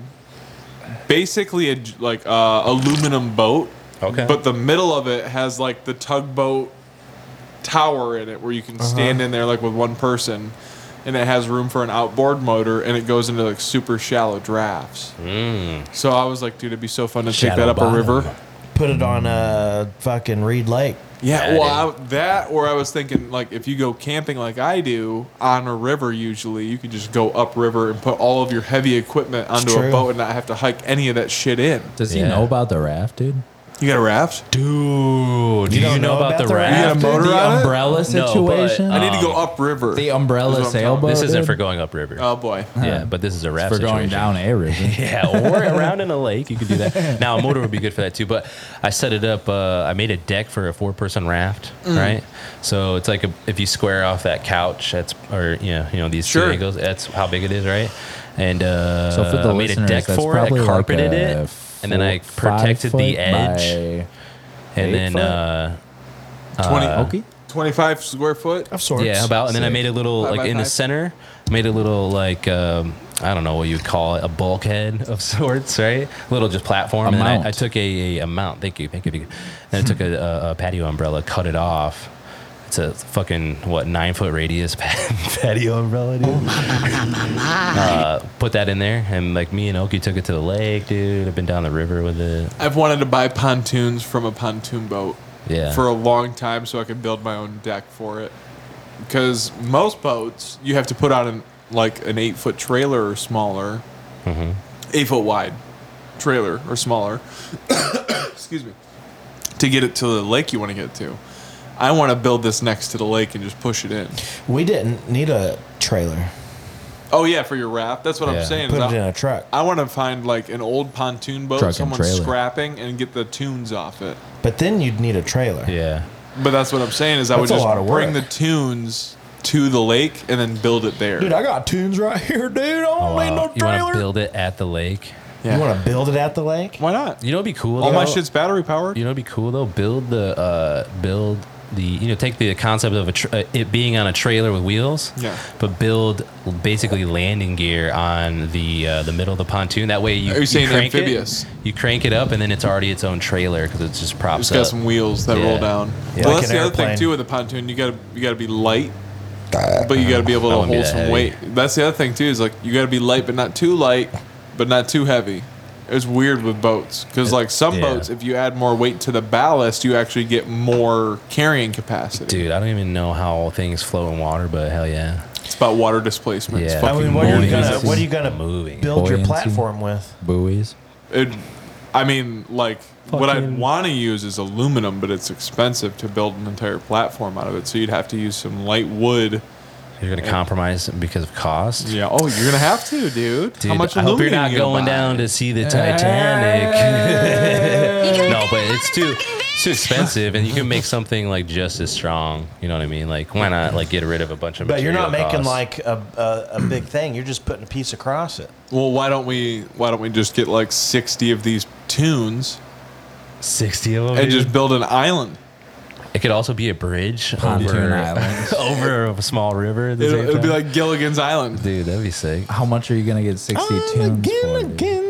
Speaker 3: Basically, a j like uh, aluminum boat.
Speaker 4: Okay.
Speaker 3: But the middle of it has like the tugboat tower in it where you can stand in there like with one person. And it has room for an outboard motor, and it goes into like super shallow drafts. So I was like, dude, it'd be so fun to take
Speaker 4: Mm. Shallow
Speaker 3: that up
Speaker 4: bottom.
Speaker 3: a river.
Speaker 6: Put it on a fucking Reed Lake.
Speaker 3: Yeah,
Speaker 4: Yeah,
Speaker 3: well, I, that or I was thinking like if you go camping like I do on a river, usually you can just go upriver and put all of your heavy equipment onto a
Speaker 6: true.
Speaker 3: boat and not have to hike any of that shit in.
Speaker 5: Does he
Speaker 4: Yeah.
Speaker 5: know about the raft, dude?
Speaker 3: You got a raft?
Speaker 4: Dude, do
Speaker 6: You
Speaker 4: you,
Speaker 6: don't
Speaker 4: know, about,
Speaker 3: You got
Speaker 4: the
Speaker 6: raft?
Speaker 3: a
Speaker 4: raft?
Speaker 5: Dude,
Speaker 3: motor on
Speaker 5: the
Speaker 3: it?
Speaker 5: umbrella
Speaker 4: No, but,
Speaker 5: situation. Oh,
Speaker 3: I need to go
Speaker 4: Um,
Speaker 3: upriver.
Speaker 5: the umbrella
Speaker 3: That's what I'm talking-
Speaker 5: sailboat.
Speaker 4: This isn't
Speaker 5: dude?
Speaker 4: for going up river.
Speaker 6: Uh-huh.
Speaker 3: oh boy,
Speaker 4: yeah, but this is a raft
Speaker 5: for
Speaker 4: situation.
Speaker 5: going down a river.
Speaker 4: Yeah, or around in a lake, you could do that. Now a motor would be good for that too. But I set it up. Uh, I made a deck for a four-person raft, right? So it's like a, if you square off that couch, that's or you know, you know these
Speaker 3: Sure.
Speaker 4: two angles. That's how big it is, right? And uh,
Speaker 5: So for the
Speaker 4: I made a
Speaker 5: listeners,
Speaker 4: deck
Speaker 5: that's
Speaker 4: for it.
Speaker 5: probably
Speaker 4: I carpeted
Speaker 5: like a
Speaker 4: it, and then I
Speaker 5: four- five
Speaker 4: protected
Speaker 5: foot
Speaker 4: the edge,
Speaker 5: by
Speaker 4: and
Speaker 5: eight
Speaker 4: then
Speaker 5: foot?
Speaker 4: uh,
Speaker 3: 20,
Speaker 5: okay.
Speaker 3: 25 square foot.
Speaker 6: Of sorts.
Speaker 4: yeah, about. And then I made a little
Speaker 3: Five
Speaker 4: like
Speaker 3: by
Speaker 4: in the
Speaker 3: five?
Speaker 4: center, made a little like. Um, I don't know what you'd call it, a bulkhead of sorts, right? Little just platform. and then
Speaker 5: mount.
Speaker 4: I, I took a, a, a mount. Thank you. Thank you. Thank you. Then I took a, a, a patio umbrella, cut it off. It's a fucking, what, nine foot radius pa- patio umbrella,
Speaker 6: Oh,
Speaker 4: dude. uh, put that in there. And like me and Oki took it to the lake, dude. I've been down the river with it.
Speaker 3: I've wanted to buy pontoons from a pontoon boat
Speaker 4: Yeah.
Speaker 3: for a long time so I could build my own deck for it. Because most boats, you have to put on an, like an eight foot trailer or smaller,
Speaker 4: Mm-hmm.
Speaker 3: eight foot wide trailer or smaller, excuse me, to get it to the lake you want to get to. I want to build this next to the lake and just push it in.
Speaker 6: We didn't need a trailer.
Speaker 3: Oh yeah, for your raft. That's what
Speaker 4: Yeah.
Speaker 3: I'm saying. is
Speaker 6: Put it
Speaker 3: I-
Speaker 6: in a truck.
Speaker 3: I want to find like an old pontoon boat,
Speaker 5: Truck and
Speaker 3: someone
Speaker 5: trailer.
Speaker 3: scrapping, and get the tunes off it.
Speaker 6: But then you'd need a trailer.
Speaker 4: Yeah.
Speaker 3: But that's what I'm saying is I would
Speaker 6: That's a
Speaker 3: just
Speaker 6: lot of
Speaker 3: bring the
Speaker 6: work.
Speaker 3: tunes to the lake and then build it there.
Speaker 6: Dude, I got tunes right here, dude. I don't need
Speaker 4: Oh, Wow.
Speaker 6: no
Speaker 4: You want
Speaker 6: trailer.
Speaker 4: to build it at the lake?
Speaker 3: Yeah.
Speaker 6: You want to build it at the lake?
Speaker 3: Why not?
Speaker 4: You know, it'd be cool.
Speaker 3: All my
Speaker 4: though?
Speaker 3: shit's battery powered.
Speaker 4: You know, it'd be cool though. Build the uh, build the you know take the concept of a tra- uh, it being on a trailer with wheels.
Speaker 3: Yeah.
Speaker 4: But build basically landing gear on the uh, the middle of the pontoon. That way you
Speaker 3: Are you saying
Speaker 4: crank
Speaker 3: amphibious?
Speaker 4: It, you crank it up and then it's already its own trailer because it just props
Speaker 3: It's got
Speaker 4: up.
Speaker 3: some wheels that
Speaker 4: Yeah.
Speaker 3: roll down.
Speaker 6: Yeah.
Speaker 3: Well,
Speaker 6: Like
Speaker 3: that's
Speaker 6: an
Speaker 3: the other thing
Speaker 6: airplane. Ah.
Speaker 3: too with a pontoon. You gotta you gotta be light, but you gotta be able to
Speaker 4: I wouldn't be
Speaker 3: hold
Speaker 4: that
Speaker 3: some
Speaker 4: heavy.
Speaker 3: weight. That's the other thing too is like you gotta be light, but not too light, but not too heavy. It's weird with boats because like some
Speaker 4: yeah.
Speaker 3: boats, if you add more weight to the ballast, you actually get more carrying capacity.
Speaker 4: Dude, I don't even know how things float in water, but hell yeah,
Speaker 3: It's about water displacement. It's
Speaker 4: Yeah.
Speaker 6: I
Speaker 3: fucking
Speaker 6: mean, what are you
Speaker 4: buoyancy.
Speaker 6: gonna what are you gonna
Speaker 4: Moving.
Speaker 6: build your
Speaker 5: Buoyancy.
Speaker 6: platform with?
Speaker 5: buoys.
Speaker 3: It, I mean, like what I'd want to use is aluminum, but it's expensive to build an entire platform out of it. So you'd have to use some light wood.
Speaker 4: you're gonna compromise because of cost.
Speaker 3: Yeah. Oh, you're gonna have to, dude. Eh.
Speaker 4: Dude, I hope you're not going down to see the Titanic. No, but it's too it's too expensive, and you can make something like just as strong. You know what I mean? Like why not like get rid of a bunch of.
Speaker 6: But you're not
Speaker 4: material
Speaker 6: making
Speaker 4: costs?
Speaker 6: like a, a, a big thing. You're just putting a piece across it.
Speaker 3: Well, why don't we why don't we just get like sixty of these tunes
Speaker 4: sixty of them.
Speaker 3: and
Speaker 4: dude.
Speaker 3: just build an island?
Speaker 4: it could also be a bridge
Speaker 5: Pontoon
Speaker 4: over
Speaker 5: Island.
Speaker 4: over a small river. At the
Speaker 3: It'll,
Speaker 4: same
Speaker 3: it'll be
Speaker 4: time.
Speaker 3: like Gilligan's Island.
Speaker 4: dude, that'd be sick.
Speaker 5: How much are you gonna get 60 tunes for? dude?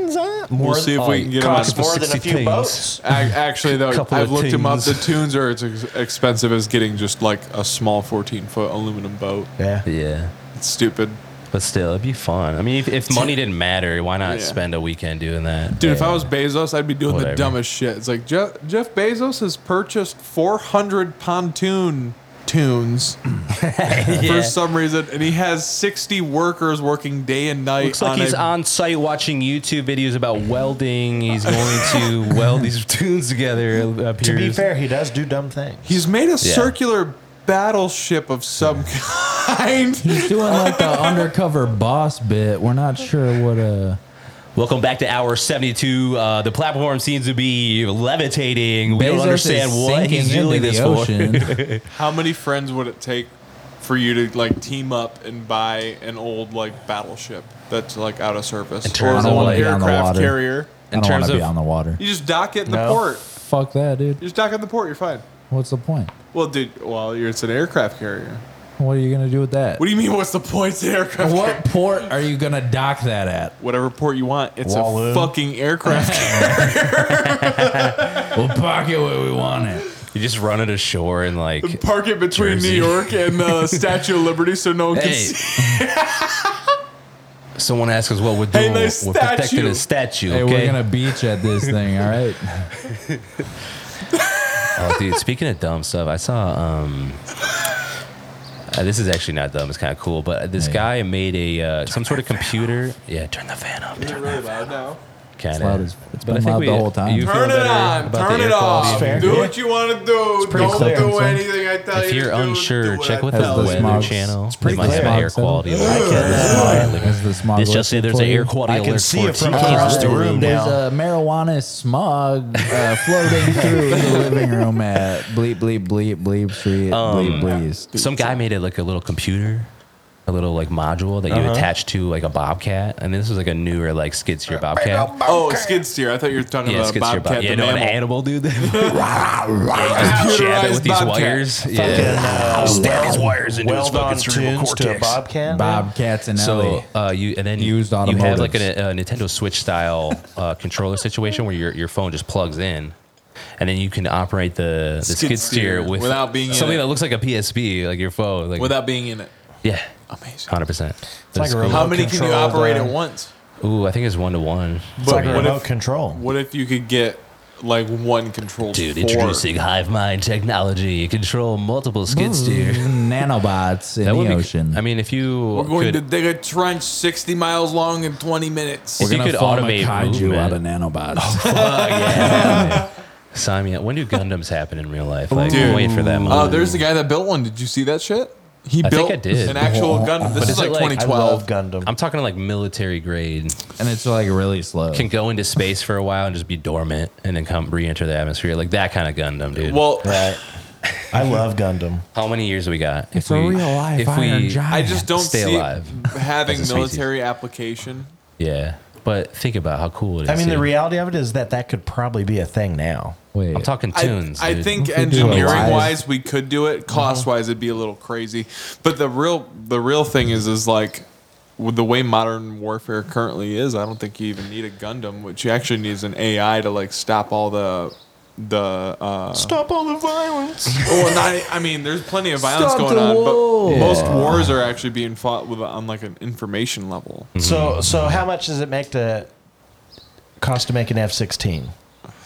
Speaker 3: We'll see if we can get them.
Speaker 6: Costs
Speaker 3: on-
Speaker 6: more than a
Speaker 4: 60
Speaker 6: few
Speaker 4: things.
Speaker 6: boats.
Speaker 3: A- Actually, though,
Speaker 4: Couple
Speaker 3: I've
Speaker 4: of
Speaker 3: looked them up. The
Speaker 4: tunes.
Speaker 3: tunes are as ex- expensive as getting just like a small fourteen foot aluminum boat.
Speaker 6: Yeah.
Speaker 4: Yeah.
Speaker 3: It's stupid.
Speaker 4: But still, it'd be fun. I mean, if, if money didn't matter, why not
Speaker 3: Yeah.
Speaker 4: spend a weekend doing that?
Speaker 3: Dude, if I was Bezos, I'd be doing
Speaker 4: Whatever.
Speaker 3: the dumbest shit. It's like Jeff, Jeff Bezos has purchased 400 pontoon tunes for some reason, and he has 60 workers working day and night.
Speaker 4: Looks like he's
Speaker 3: a-
Speaker 4: on site watching YouTube videos about welding. He's going to weld these tunes together. Up
Speaker 6: To
Speaker 4: here.
Speaker 6: be fair, he does do dumb things.
Speaker 3: He's made a circular battleship of some kind.
Speaker 5: He's doing like an undercover boss bit. We're not sure what uh
Speaker 4: Welcome back to hour 72. Uh, the platform seems to be levitating. We don't
Speaker 5: Bezos
Speaker 4: understand
Speaker 5: is
Speaker 4: what
Speaker 5: sinking
Speaker 4: he's doing
Speaker 5: into
Speaker 4: this
Speaker 5: the
Speaker 4: for.
Speaker 5: ocean.
Speaker 3: How many friends would it take for you to like team up and buy an old like battleship that's like out of service
Speaker 4: terms of,
Speaker 3: an
Speaker 4: like,
Speaker 5: on the
Speaker 3: aircraft
Speaker 5: water.
Speaker 3: carrier?
Speaker 5: I
Speaker 4: In
Speaker 5: don't want
Speaker 4: terms
Speaker 5: to
Speaker 4: of
Speaker 5: be on the water.
Speaker 3: You just dock it in the
Speaker 6: No.
Speaker 3: port.
Speaker 5: Fuck that, dude.
Speaker 3: You just dock it in the port. You're fine.
Speaker 5: What's the point?
Speaker 3: Well, dude, well, you're, it's an aircraft carrier.
Speaker 5: What are you gonna do with that?
Speaker 3: What do you mean? What's the point to aircraft?
Speaker 5: What
Speaker 3: carrier?
Speaker 5: port are you gonna dock that at?
Speaker 3: Whatever port you want, it's
Speaker 6: Walloon.
Speaker 3: a fucking aircraft. carrier.
Speaker 5: We'll park it where we want it.
Speaker 4: You just run it ashore and like.
Speaker 3: Park it between
Speaker 4: Jersey.
Speaker 3: New York and the Statue of Liberty, so no one can
Speaker 4: Hey.
Speaker 3: see.
Speaker 4: Someone asks us what we're
Speaker 3: Hey,
Speaker 4: doing.
Speaker 3: nice
Speaker 4: we're protecting
Speaker 3: statue.
Speaker 4: a statue.
Speaker 5: Hey,
Speaker 4: Okay.
Speaker 5: we're gonna beach at this thing, all right?
Speaker 4: Oh, dude, speaking of dumb stuff, I saw. Um, uh, this is actually not dumb. It's kind of cool, but this guy made a uh, some sort of computer. Yeah, turn the fan up.
Speaker 3: Is it really loud now?
Speaker 4: Kind
Speaker 5: loud as- it's been loud the whole time.
Speaker 3: Turn it on. Turn it off.
Speaker 6: Fair.
Speaker 3: Do what you want to do.
Speaker 6: pretty
Speaker 3: Don't
Speaker 6: clear.
Speaker 3: do anything I tell
Speaker 4: If
Speaker 3: you.
Speaker 4: you're
Speaker 3: to do.
Speaker 4: unsure,
Speaker 3: Do what
Speaker 4: check
Speaker 3: I
Speaker 4: with the
Speaker 3: tell you.
Speaker 5: That's
Speaker 4: weather
Speaker 5: the smog-
Speaker 4: channel.
Speaker 5: it's
Speaker 4: They
Speaker 5: pretty
Speaker 4: might have
Speaker 5: clear. uh,
Speaker 4: an air quality
Speaker 5: Smog
Speaker 4: alert.
Speaker 5: As the smog
Speaker 4: This just
Speaker 5: alert
Speaker 4: said there's an
Speaker 5: for you.
Speaker 4: air quality
Speaker 6: I
Speaker 4: alert
Speaker 6: can see
Speaker 4: for
Speaker 6: it from
Speaker 4: TK's
Speaker 6: across
Speaker 5: Alright,
Speaker 6: the
Speaker 4: store.
Speaker 6: room
Speaker 5: There's
Speaker 6: now.
Speaker 5: a marijuana smog uh, floating through the living room at bleep bleep bleep bleep street
Speaker 4: Um,
Speaker 5: bleep bleep.
Speaker 4: Some guy made it like a little computer, a little like module that
Speaker 3: Uh-huh.
Speaker 4: you attach to like a Bobcat, and this was like a newer like skid steer Bobcat.
Speaker 3: Oh, skid steer. I thought you were talking
Speaker 4: Yeah,
Speaker 3: about
Speaker 4: skid steer
Speaker 3: Bobcat
Speaker 4: Bobcat.
Speaker 3: the
Speaker 4: Yeah, no, an
Speaker 3: mammal.
Speaker 4: animal, dude. yeah, you just jab it with these
Speaker 3: Computerized Bobcat.
Speaker 4: wires. Yeah. Stab his wires into his
Speaker 6: Weld on
Speaker 4: fucking cerebral
Speaker 6: tunes to a
Speaker 4: cortex.
Speaker 6: bobcat.
Speaker 5: Bobcats and
Speaker 4: So
Speaker 5: Ellie.
Speaker 4: uh, you and then
Speaker 5: Used
Speaker 4: you have like
Speaker 5: automotives.
Speaker 4: a, a Nintendo Switch style uh, controller situation where your your phone just plugs in, and then you can operate the, the skid,
Speaker 3: Skid
Speaker 4: steer
Speaker 3: steer
Speaker 4: with
Speaker 3: without being in
Speaker 4: something
Speaker 3: it.
Speaker 4: that looks like a PSP, like your phone, like
Speaker 3: Without being in it.
Speaker 4: yeah,
Speaker 3: Amazing.
Speaker 4: hundred percent.
Speaker 6: like a
Speaker 3: How many can you
Speaker 6: Controlled,
Speaker 3: operate
Speaker 6: uh,
Speaker 3: at once?
Speaker 4: Ooh, I think it's one to one.
Speaker 6: It's like a
Speaker 3: what
Speaker 6: remote
Speaker 3: if,
Speaker 6: control.
Speaker 3: what if you could get like one control?
Speaker 4: Dude,
Speaker 3: four?
Speaker 4: introducing Hive Mind technology, control multiple skid steer.
Speaker 5: nanobots in
Speaker 4: mm, That would be.
Speaker 5: the ocean.
Speaker 4: I mean, if you
Speaker 3: We're going
Speaker 4: could,
Speaker 3: to dig a trench 60 miles long in 20 minutes.
Speaker 4: if you could
Speaker 5: form
Speaker 4: automate
Speaker 5: a kaiju
Speaker 4: movement, Oh.
Speaker 5: out of nanobots.
Speaker 4: sign me up. When do Gundams happen in real life? Like,
Speaker 3: Dude.
Speaker 4: wait for that.
Speaker 3: Oh,
Speaker 4: moment.
Speaker 3: there's the guy that built one. Did you see that shit? He
Speaker 4: I think
Speaker 3: built
Speaker 4: I did.
Speaker 3: an actual gun. This
Speaker 4: But
Speaker 3: is,
Speaker 4: is it
Speaker 3: like,
Speaker 4: like- I
Speaker 6: I
Speaker 3: 2012.
Speaker 6: love Gundam.
Speaker 4: I'm talking like military grade.
Speaker 5: and it's like really slow.
Speaker 4: Can go into space for a while and just be dormant and then come re-enter the atmosphere. Like that kind of Gundam, dude.
Speaker 3: well,
Speaker 6: Right. I love Gundam.
Speaker 4: how many years we got? If
Speaker 5: it's a real life iron giant.
Speaker 3: I just don't
Speaker 4: Stay
Speaker 3: see
Speaker 4: alive
Speaker 3: having
Speaker 4: as a species.
Speaker 3: military application.
Speaker 4: Yeah. But think about how cool it is.
Speaker 6: I mean, the
Speaker 4: dude.
Speaker 6: reality of it is that that could probably be a thing now.
Speaker 5: Wait,
Speaker 4: I'm talking
Speaker 3: I,
Speaker 4: tunes.
Speaker 3: I
Speaker 4: dude.
Speaker 3: think
Speaker 5: we do
Speaker 3: engineering
Speaker 5: it?
Speaker 3: wise we could do
Speaker 4: Uh-huh.
Speaker 3: it. Cost wise it'd be a little crazy. But the real the real thing is is like with the way modern warfare currently is, I don't think you even need a Gundam. What you actually need is an AI to like stop all the the uh
Speaker 6: Stop all the violence.
Speaker 3: well not I mean there's plenty of violence
Speaker 5: Stop
Speaker 3: going
Speaker 5: the
Speaker 3: on, but
Speaker 5: war.
Speaker 3: most wars are actually being fought with on like an information level.
Speaker 6: So, so how much does it make to cost to make an F-16?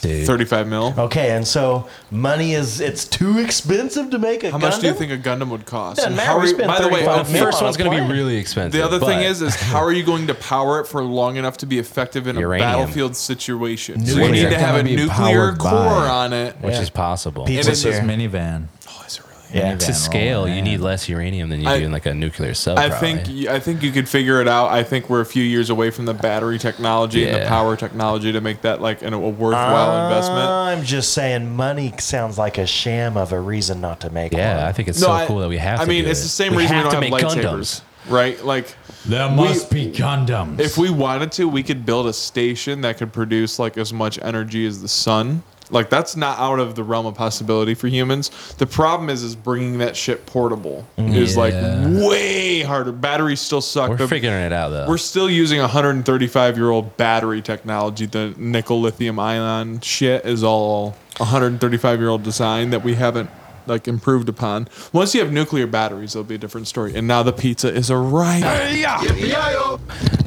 Speaker 4: Dude.
Speaker 3: Thirty five mil.
Speaker 6: Okay, and so money is it's too expensive to make a
Speaker 3: How much do you
Speaker 6: Gundam?
Speaker 3: think a Gundam would cost?
Speaker 6: Doesn't
Speaker 3: And
Speaker 6: matter,
Speaker 3: how
Speaker 6: we
Speaker 3: are you-
Speaker 6: spent
Speaker 3: by the way,
Speaker 6: 35
Speaker 3: the
Speaker 6: mil
Speaker 3: first
Speaker 4: first
Speaker 6: on
Speaker 3: one-
Speaker 4: one's gonna
Speaker 6: plane.
Speaker 4: be really expensive.
Speaker 3: The other thing
Speaker 4: but
Speaker 3: is, is how are you going to power it for long enough to be effective in
Speaker 4: Uranium.
Speaker 3: a battlefield situation?
Speaker 6: Nuclear.
Speaker 3: So you need
Speaker 5: It's
Speaker 3: to have
Speaker 5: gonna
Speaker 3: a
Speaker 5: be
Speaker 3: nuclear
Speaker 5: powered
Speaker 3: core
Speaker 5: by-
Speaker 3: on it.
Speaker 4: which
Speaker 6: Yeah.
Speaker 4: is possible.
Speaker 6: Pizza
Speaker 3: And it's
Speaker 5: What's this
Speaker 6: here.
Speaker 5: minivan?
Speaker 3: Oh, is it really?
Speaker 5: Yeah.
Speaker 4: To scale, you need less uranium than you
Speaker 3: I-
Speaker 4: do in like a nuclear cell.
Speaker 3: I
Speaker 4: probably.
Speaker 3: think you- I think you could figure it out. I think we're a few years away from the battery technology and the
Speaker 4: Yeah.
Speaker 3: power technology to make that like an, a worthwhile investment.
Speaker 6: I'm just saying, money sounds like a sham of a reason not to make
Speaker 4: Yeah,
Speaker 6: one.
Speaker 4: I think it's
Speaker 3: No,
Speaker 4: so
Speaker 3: I-
Speaker 4: cool that we have.
Speaker 3: I
Speaker 4: to
Speaker 3: mean,
Speaker 4: do
Speaker 3: it's
Speaker 4: it.
Speaker 3: the same
Speaker 4: We
Speaker 3: reason we
Speaker 4: have
Speaker 3: don't
Speaker 4: to
Speaker 3: have
Speaker 4: make
Speaker 3: lightsabers,
Speaker 4: condoms.
Speaker 3: right? Like,
Speaker 5: There
Speaker 3: We-
Speaker 5: must be condoms.
Speaker 3: if we wanted to, we could build a station that could produce like as much energy as the sun. Like, that's not out of the realm of possibility for humans. The problem is, is bringing that shit portable is like
Speaker 4: Yeah.
Speaker 3: way harder. Batteries still suck.
Speaker 4: We're
Speaker 3: The-
Speaker 4: figuring it out though.
Speaker 3: We're still using 135 year old battery technology. The nickel lithium ion shit is all 135 year old design that we haven't like improved upon. Once you have nuclear batteries, it'll be a different story. And now the pizza is arriving.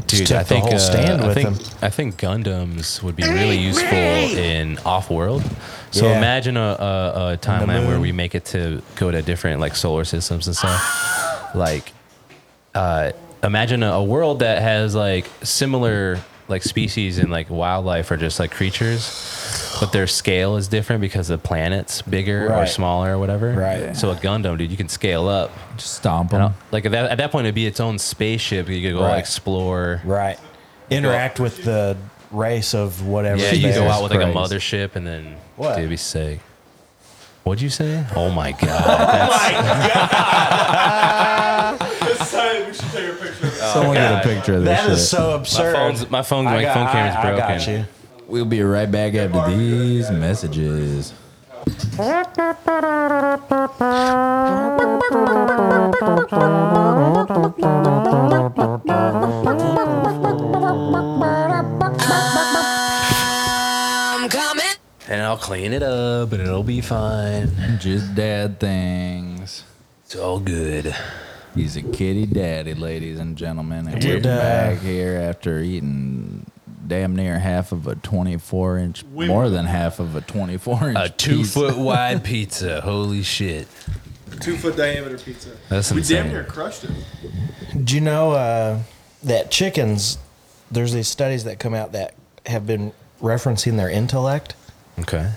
Speaker 4: Dude,
Speaker 6: took
Speaker 4: I
Speaker 6: the
Speaker 4: think
Speaker 6: whole
Speaker 4: uh,
Speaker 6: stand
Speaker 4: I
Speaker 6: with
Speaker 4: think
Speaker 6: him.
Speaker 4: I think Gundams would be really useful in off-world. So
Speaker 6: Yeah.
Speaker 4: imagine a, a, a timeline where we make it to go to different like solar systems and stuff. like, uh, imagine a, a world that has like similar like species and like wildlife or just like creatures, but their scale is different because the planet's bigger or
Speaker 6: Right.
Speaker 4: smaller or whatever.
Speaker 6: Right.
Speaker 4: So a Gundam, dude, you can scale up.
Speaker 5: just stomp
Speaker 4: You know?
Speaker 5: them.
Speaker 4: Like at that, at that point, it'd be its own spaceship. You could go
Speaker 6: Right.
Speaker 4: explore.
Speaker 6: Right. Interact with the race of whatever.
Speaker 4: Yeah, you go
Speaker 6: there.
Speaker 4: out with like a
Speaker 5: Christ.
Speaker 4: mothership and then
Speaker 6: What?
Speaker 4: dude, it'd be sick. What'd you say? Oh my god. Oh,
Speaker 5: Someone get a picture of this.
Speaker 6: That
Speaker 5: shit.
Speaker 6: is so
Speaker 4: my
Speaker 6: absurd.
Speaker 4: phone's my phone
Speaker 6: I
Speaker 4: my
Speaker 6: got-
Speaker 4: phone camera's
Speaker 6: I-
Speaker 4: broken.
Speaker 6: I got you.
Speaker 5: We'll be right back after these messages.
Speaker 1: I'm coming.
Speaker 4: And I'll clean it up and it'll be fine.
Speaker 5: Just dad things.
Speaker 4: It's all good.
Speaker 5: He's a kitty daddy, ladies and gentlemen. And
Speaker 6: Did,
Speaker 5: we're
Speaker 6: uh,
Speaker 5: back here after eating damn near half of a 24 inch, more than half of a 24 inch.
Speaker 4: A two
Speaker 5: piece.
Speaker 4: foot wide pizza. Holy shit.
Speaker 3: Two foot diameter pizza.
Speaker 4: That's
Speaker 3: we
Speaker 4: insane.
Speaker 3: damn near crushed it.
Speaker 6: Do you know uh, that chickens? There's these studies that come out that have been referencing their intellect.
Speaker 4: Okay.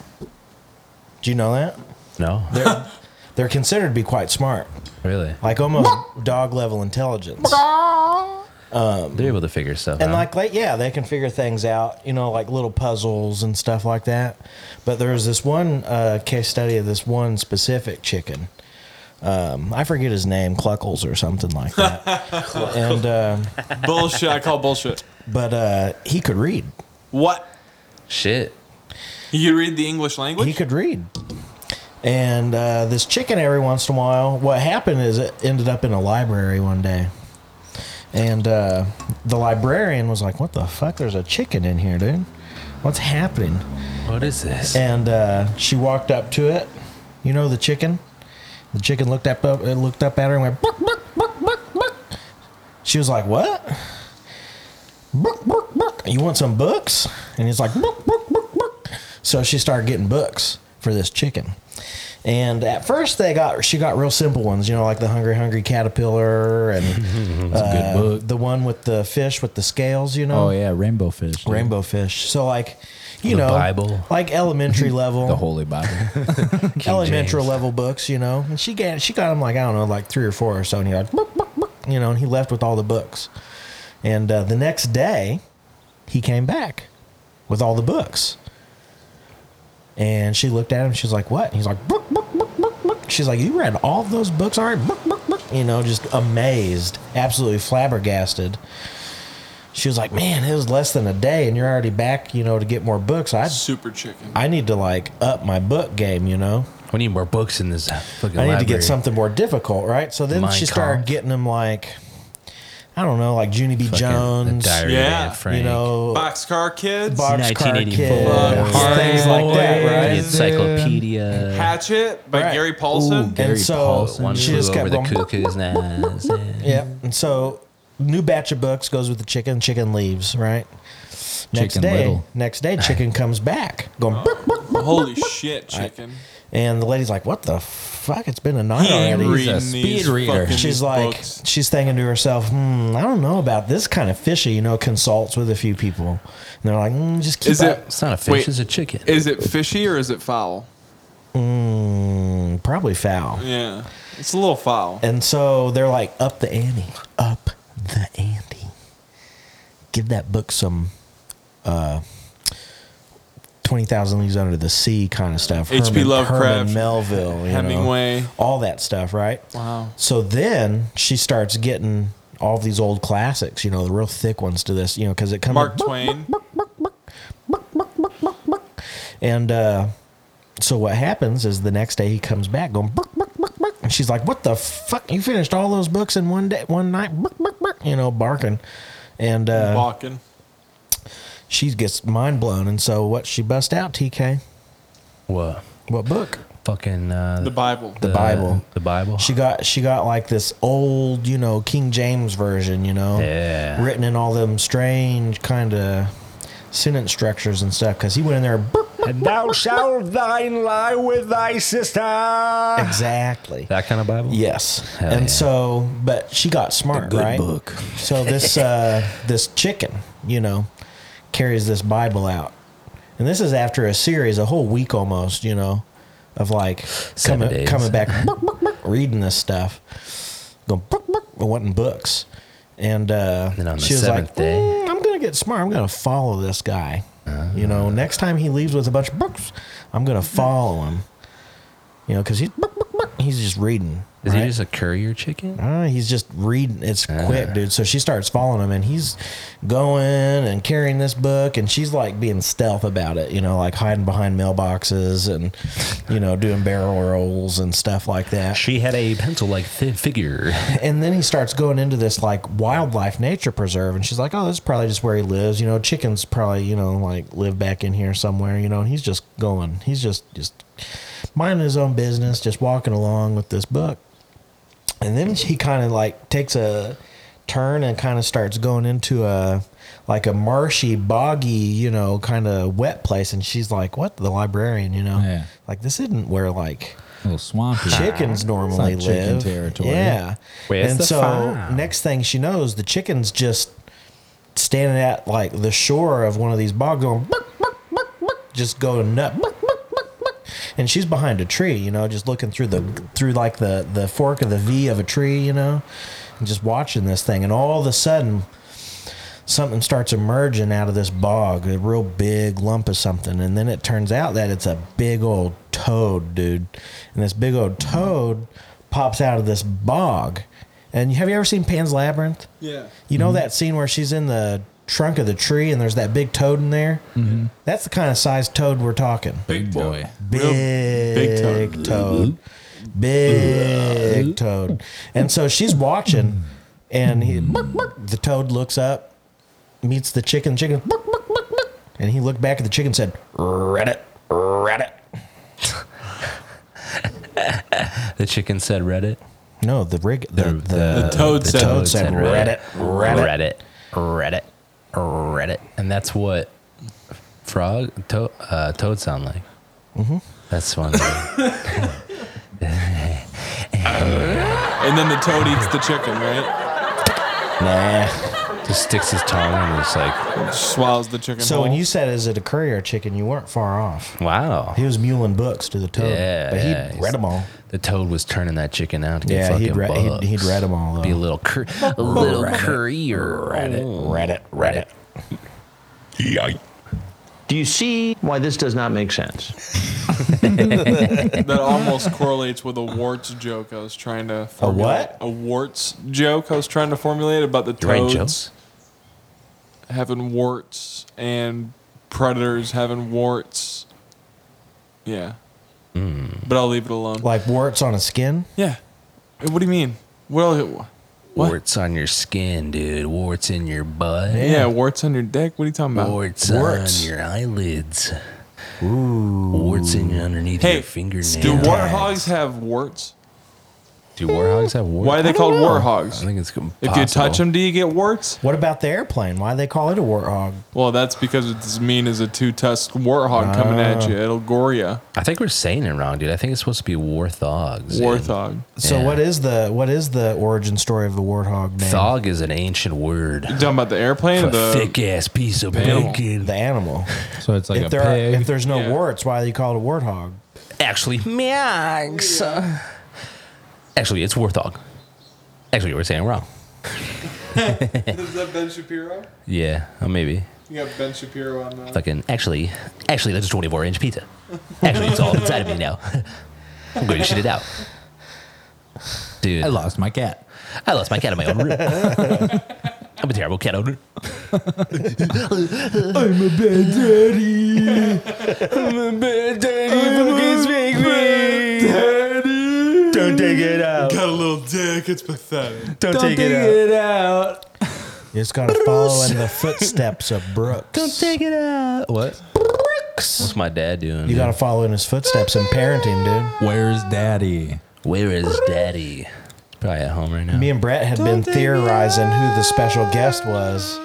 Speaker 6: Do you know that?
Speaker 4: No.
Speaker 6: They're, they're considered to be quite smart,
Speaker 4: Really?
Speaker 6: like almost dog level intelligence.
Speaker 4: They're able to figure stuff
Speaker 6: And
Speaker 4: out.
Speaker 6: like, like, yeah, they can figure things out, you know, like little puzzles and stuff like that. But there was this one uh, case study of this one specific chicken. Um, I forget his name, Cluckles or something like that. and um
Speaker 3: Bullshit. I call bullshit.
Speaker 6: but uh, he could read.
Speaker 3: What?
Speaker 4: shit.
Speaker 3: You read the English
Speaker 6: He
Speaker 3: language?
Speaker 6: could read. And uh, this chicken, every once in a while, what happened is it ended up in a library one day. And uh, the librarian was like, What the fuck? There's a chicken in here, dude. What's happening?
Speaker 4: What is this?
Speaker 6: And uh, she walked up to it. You know the chicken? The chicken looked up, up it looked up at her and went, "Buck, buck, buck, buck, buck." She was like, What? Buck, buck, buck. You want some books? And he's like, "Buck, buck, buck, buck." So she started getting books for this chicken. And at first they got she got real simple ones, you know, like the Hungry Hungry Caterpillar and uh,
Speaker 5: book.
Speaker 6: the one with the fish with the scales, you know.
Speaker 5: Oh, yeah, rainbow fish. dude.
Speaker 6: Rainbow fish. So like you
Speaker 4: The
Speaker 6: know
Speaker 4: Bible.
Speaker 6: like elementary level
Speaker 5: The Holy Bible.
Speaker 6: elementary
Speaker 4: James.
Speaker 6: level books, you know. And she got she got him like I don't know, like three or four or so, and he like, "Book, book, book," you know, and he left with all the books. And uh, the next day, he came back with all the books. And she looked at him. She's like, "What?" And he's like, "Book, book, book, book, book." She's like, "You read all of those books already?" Book, book, book. You know, just amazed, absolutely flabbergasted. She was like, "Man, it was less than a day, and you're already back, you know, to get more books. I,
Speaker 3: Super chicken.
Speaker 6: I need to like up my book game, you know."
Speaker 4: we need more books in this fucking
Speaker 6: I need to
Speaker 4: library.
Speaker 6: get something more difficult, right? So then
Speaker 4: Mein
Speaker 6: she started
Speaker 4: Kampf.
Speaker 6: getting them like, I don't know, like Junie B.
Speaker 4: Fucking The
Speaker 6: Jones,
Speaker 4: Diary of
Speaker 3: Yeah.
Speaker 4: Anne Frank.
Speaker 6: you know,
Speaker 3: Boxcar kids.
Speaker 6: Boxcar
Speaker 7: 1984.
Speaker 6: Kids, things like that,
Speaker 4: The
Speaker 6: right?
Speaker 4: Encyclopedia.
Speaker 3: Hatchet by
Speaker 6: Right.
Speaker 3: Gary Paulson.
Speaker 5: Ooh. Gary
Speaker 6: and so
Speaker 5: Paulson.
Speaker 4: One
Speaker 6: she
Speaker 4: flew
Speaker 6: just
Speaker 4: over
Speaker 6: kept
Speaker 4: the
Speaker 6: going,
Speaker 4: cuckoo's nest.
Speaker 6: yeah. And so new batch of books goes with the chicken. Chicken leaves, right? Next
Speaker 5: Chicken
Speaker 6: day,
Speaker 5: little.
Speaker 6: next day, chicken comes back, going. "Book, book,"
Speaker 3: Holy shit, chicken.
Speaker 6: And the lady's like, "What the fuck? It's been a night
Speaker 3: He ain't
Speaker 6: already."
Speaker 3: reading
Speaker 5: a
Speaker 3: these
Speaker 5: speed reader.
Speaker 3: fucking
Speaker 6: She's like,
Speaker 3: books.
Speaker 6: she's thinking to herself, hmm, I don't know about this kind of fishy, you know, consults with a few people. And they're like, mm, just keep
Speaker 3: Is
Speaker 6: up.
Speaker 3: it
Speaker 4: It's not a fish,
Speaker 3: Wait.
Speaker 4: it's a chicken.
Speaker 3: is it fishy or is it foul?
Speaker 6: Mm, probably foul.
Speaker 3: Yeah. It's a little foul.
Speaker 6: And so they're like, up the ante, up the ante. Give that book some uh, 20,000 Leagues Under the Sea kind of stuff.
Speaker 3: H.P. Lovecraft,
Speaker 6: Melville, you know,
Speaker 3: Hemingway.
Speaker 6: all that stuff, right?
Speaker 3: Wow.
Speaker 6: So then she starts getting all of these old classics, you know, the real thick ones to this, you know, because it comes
Speaker 3: Mark Twain.
Speaker 6: And uh, so what happens is the next day he comes back going, buck, buck, buck, buck. and she's like, "What the fuck? You finished all those books in one day, one night? Buck, buck, buck," you know, barking." And uh,
Speaker 3: Walking.
Speaker 6: she gets mind blown. And so what? She bust out TK.
Speaker 4: What?
Speaker 6: What book?
Speaker 4: Fucking uh,
Speaker 3: The Bible.
Speaker 6: the Bible.
Speaker 4: The Bible.
Speaker 6: She got she got like this old, you know, King James version, you know,
Speaker 4: Yeah.
Speaker 6: written in all them strange kind of sentence structures and stuff. Because he went in there. buck, buck.
Speaker 8: And thou shalt thine lie with thy sister.
Speaker 6: Exactly.
Speaker 4: that kind of Bible.
Speaker 6: Yes.
Speaker 4: Hell
Speaker 6: and
Speaker 4: yeah.
Speaker 6: so, but she got smart, right? Book. So this uh, this chicken, you know, carries this Bible out, and this is after a series, a whole week almost, you know, of like
Speaker 4: Seven
Speaker 6: coming
Speaker 4: days.
Speaker 6: coming back, "Buck, buck, buck," reading this stuff, going, buck, buck, it wasn't books, and uh,
Speaker 4: Then on the
Speaker 6: she was like,
Speaker 4: seventh day-
Speaker 6: "Mm, I'm gonna get smart. I'm gonna follow this guy. you
Speaker 4: Ah.
Speaker 6: know, next time he leaves with a bunch of books, I'm gonna follow him. You know, because he's buck, buck, buck, he's just reading.
Speaker 4: Is
Speaker 6: right?
Speaker 4: he just a courier chicken?
Speaker 6: Ah, he's just reading. It's quick, dude. So she starts following him, and he's going and carrying this book, and she's like being stealth about it, you know, like hiding behind mailboxes and, you know, doing barrel rolls and stuff like that.
Speaker 4: She had a pencil-like thi- figure.
Speaker 6: And then he starts going into this like wildlife nature preserve, and she's like, "Oh, this is probably just where he lives. You know, chickens probably you know like live back in here somewhere. You know." And he's just going. He's just just minding his own business, just walking along with this book. And then he kind of like takes a turn and kind of starts going into a like a marshy, boggy, you know, kind of wet place. And she's like, "What?" The librarian, you know,
Speaker 5: Yeah.
Speaker 6: like this isn't where like
Speaker 5: little swampy.
Speaker 6: chickens normally
Speaker 5: It's not
Speaker 6: live.
Speaker 5: chicken territory.
Speaker 6: Yeah.
Speaker 4: Where's
Speaker 6: and
Speaker 4: the
Speaker 6: so
Speaker 4: farm?
Speaker 6: next thing she knows, the chicken's just standing at like the shore of one of these bogs going buck, buck, buck, buck, just going nut buck, buck, buck, buck. and she's behind a tree, you know, just looking through the through like the the fork of the V of a tree, you know, and just watching this thing and all of a sudden something starts emerging out of this bog, a real big lump of something, and then it turns out that it's a big old toad, dude. And this big old toad pops out of this bog. And have you ever seen Pan's Labyrinth?
Speaker 3: Yeah.
Speaker 6: You know that scene where she's in the trunk of the tree and there's that big toad in there? Mm-hmm. That's the kind of size toad we're talking.
Speaker 5: Big boy.
Speaker 3: Real
Speaker 6: Big,
Speaker 3: big toad.
Speaker 6: toad. Big toad. And so she's watching, and he, "Buck, buck." the toad looks up, meets the chicken. Chicken, "Buck, buck, buck, buck." and he looked back at the chicken and said, Reddit, Reddit.
Speaker 4: The chicken said Reddit.
Speaker 6: No, the rig, the,
Speaker 4: the
Speaker 6: the,
Speaker 3: toad said-
Speaker 6: toad said Reddit, Reddit.
Speaker 4: Reddit, Reddit, Reddit, and that's what frog, to, uh, toad sound like. Mm-hmm. That's one.
Speaker 3: And then the toad eats the chicken, right?
Speaker 6: Nah.
Speaker 4: just sticks his tongue and it's like,
Speaker 3: Swallows the chicken.
Speaker 6: So
Speaker 3: whole.
Speaker 6: when you said, is it a courier chicken, you weren't far off.
Speaker 4: wow.
Speaker 6: He was mulling books to the toad,
Speaker 4: Yeah,
Speaker 6: but he
Speaker 4: yeah,
Speaker 6: read them all.
Speaker 4: The toad was turning that chicken out to get
Speaker 6: Yeah,
Speaker 4: fucking
Speaker 6: he'd read- he'd-
Speaker 4: bugs.
Speaker 6: he'd read 'em all,
Speaker 4: Be a
Speaker 6: though.
Speaker 4: little, cur- a little courier. Reddit.
Speaker 6: Reddit, Reddit.
Speaker 9: Do you see why this does not make sense?
Speaker 3: that almost correlates with a warts joke I was trying to formulate.
Speaker 6: what?
Speaker 3: A warts joke I was trying to formulate about the
Speaker 4: You write
Speaker 3: toads
Speaker 4: jokes?
Speaker 3: having warts and predators having warts. Yeah.
Speaker 6: Hmm.
Speaker 3: But I'll leave it alone.
Speaker 6: Like warts on a skin?
Speaker 3: Yeah. Hey, What do you mean? Well, What?
Speaker 4: Warts on your skin, dude. Warts in your butt.
Speaker 3: yeah, warts on your dick. What are you talking about?
Speaker 4: Warts,
Speaker 6: Warts.
Speaker 4: on your eyelids. Ooh. Warts in your underneath
Speaker 3: Hey,
Speaker 4: your fingernails.
Speaker 3: do warthogs have warts?
Speaker 4: Do warthogs have warts?
Speaker 3: Why are they called warthogs?
Speaker 4: I think it's possible.
Speaker 3: If you touch them, do you get warts?
Speaker 6: What about the airplane? Why they call it a warthog?
Speaker 3: Well, that's because it's as mean as a two-tusked warthog coming at you. It'll gore you.
Speaker 4: I think we're saying it wrong, dude. I think it's supposed to be warthogs. dude.
Speaker 3: Warthog.
Speaker 6: So
Speaker 4: Yeah.
Speaker 6: what is the what is the origin story of the warthog name?
Speaker 4: Thog is an ancient word.
Speaker 3: You talking about the airplane? or
Speaker 4: A
Speaker 3: The
Speaker 4: thick ass piece of
Speaker 3: Animal.
Speaker 4: bacon.
Speaker 6: The animal.
Speaker 5: So it's like
Speaker 6: if
Speaker 5: a
Speaker 6: there are, if
Speaker 5: pig.
Speaker 6: there's no
Speaker 3: Yeah.
Speaker 6: warts, why do you call it a warthog?
Speaker 4: actually Max. Actually, it's Warthog. Actually, you were saying wrong.
Speaker 3: Is that Ben Shapiro?
Speaker 4: Yeah, or maybe.
Speaker 3: You got Ben Shapiro on that.
Speaker 4: Fucking, actually, actually, that's a 24 inch pizza. Actually, it's all inside of me now. I'm going to shit it out. Dude,
Speaker 5: I lost my cat.
Speaker 4: I lost my cat in my own room. I'm a terrible cat owner.
Speaker 5: I'm a bad daddy. I'm a bad daddy. Fucking speak me. Daddy.
Speaker 8: Don't take it out.
Speaker 3: Got a little dick. It's pathetic.
Speaker 8: Don't,
Speaker 5: Don't
Speaker 8: take, it out.
Speaker 5: out.
Speaker 6: It's gonna follow in the footsteps of Brooks.
Speaker 4: Take it out. What? What's my dad doing?
Speaker 6: You
Speaker 4: dude?
Speaker 6: gotta follow in his footsteps in parenting, dude.
Speaker 5: Where's daddy?
Speaker 4: Where is daddy? Probably at home right now.
Speaker 6: Me and Brett had been theorizing who the special guest was.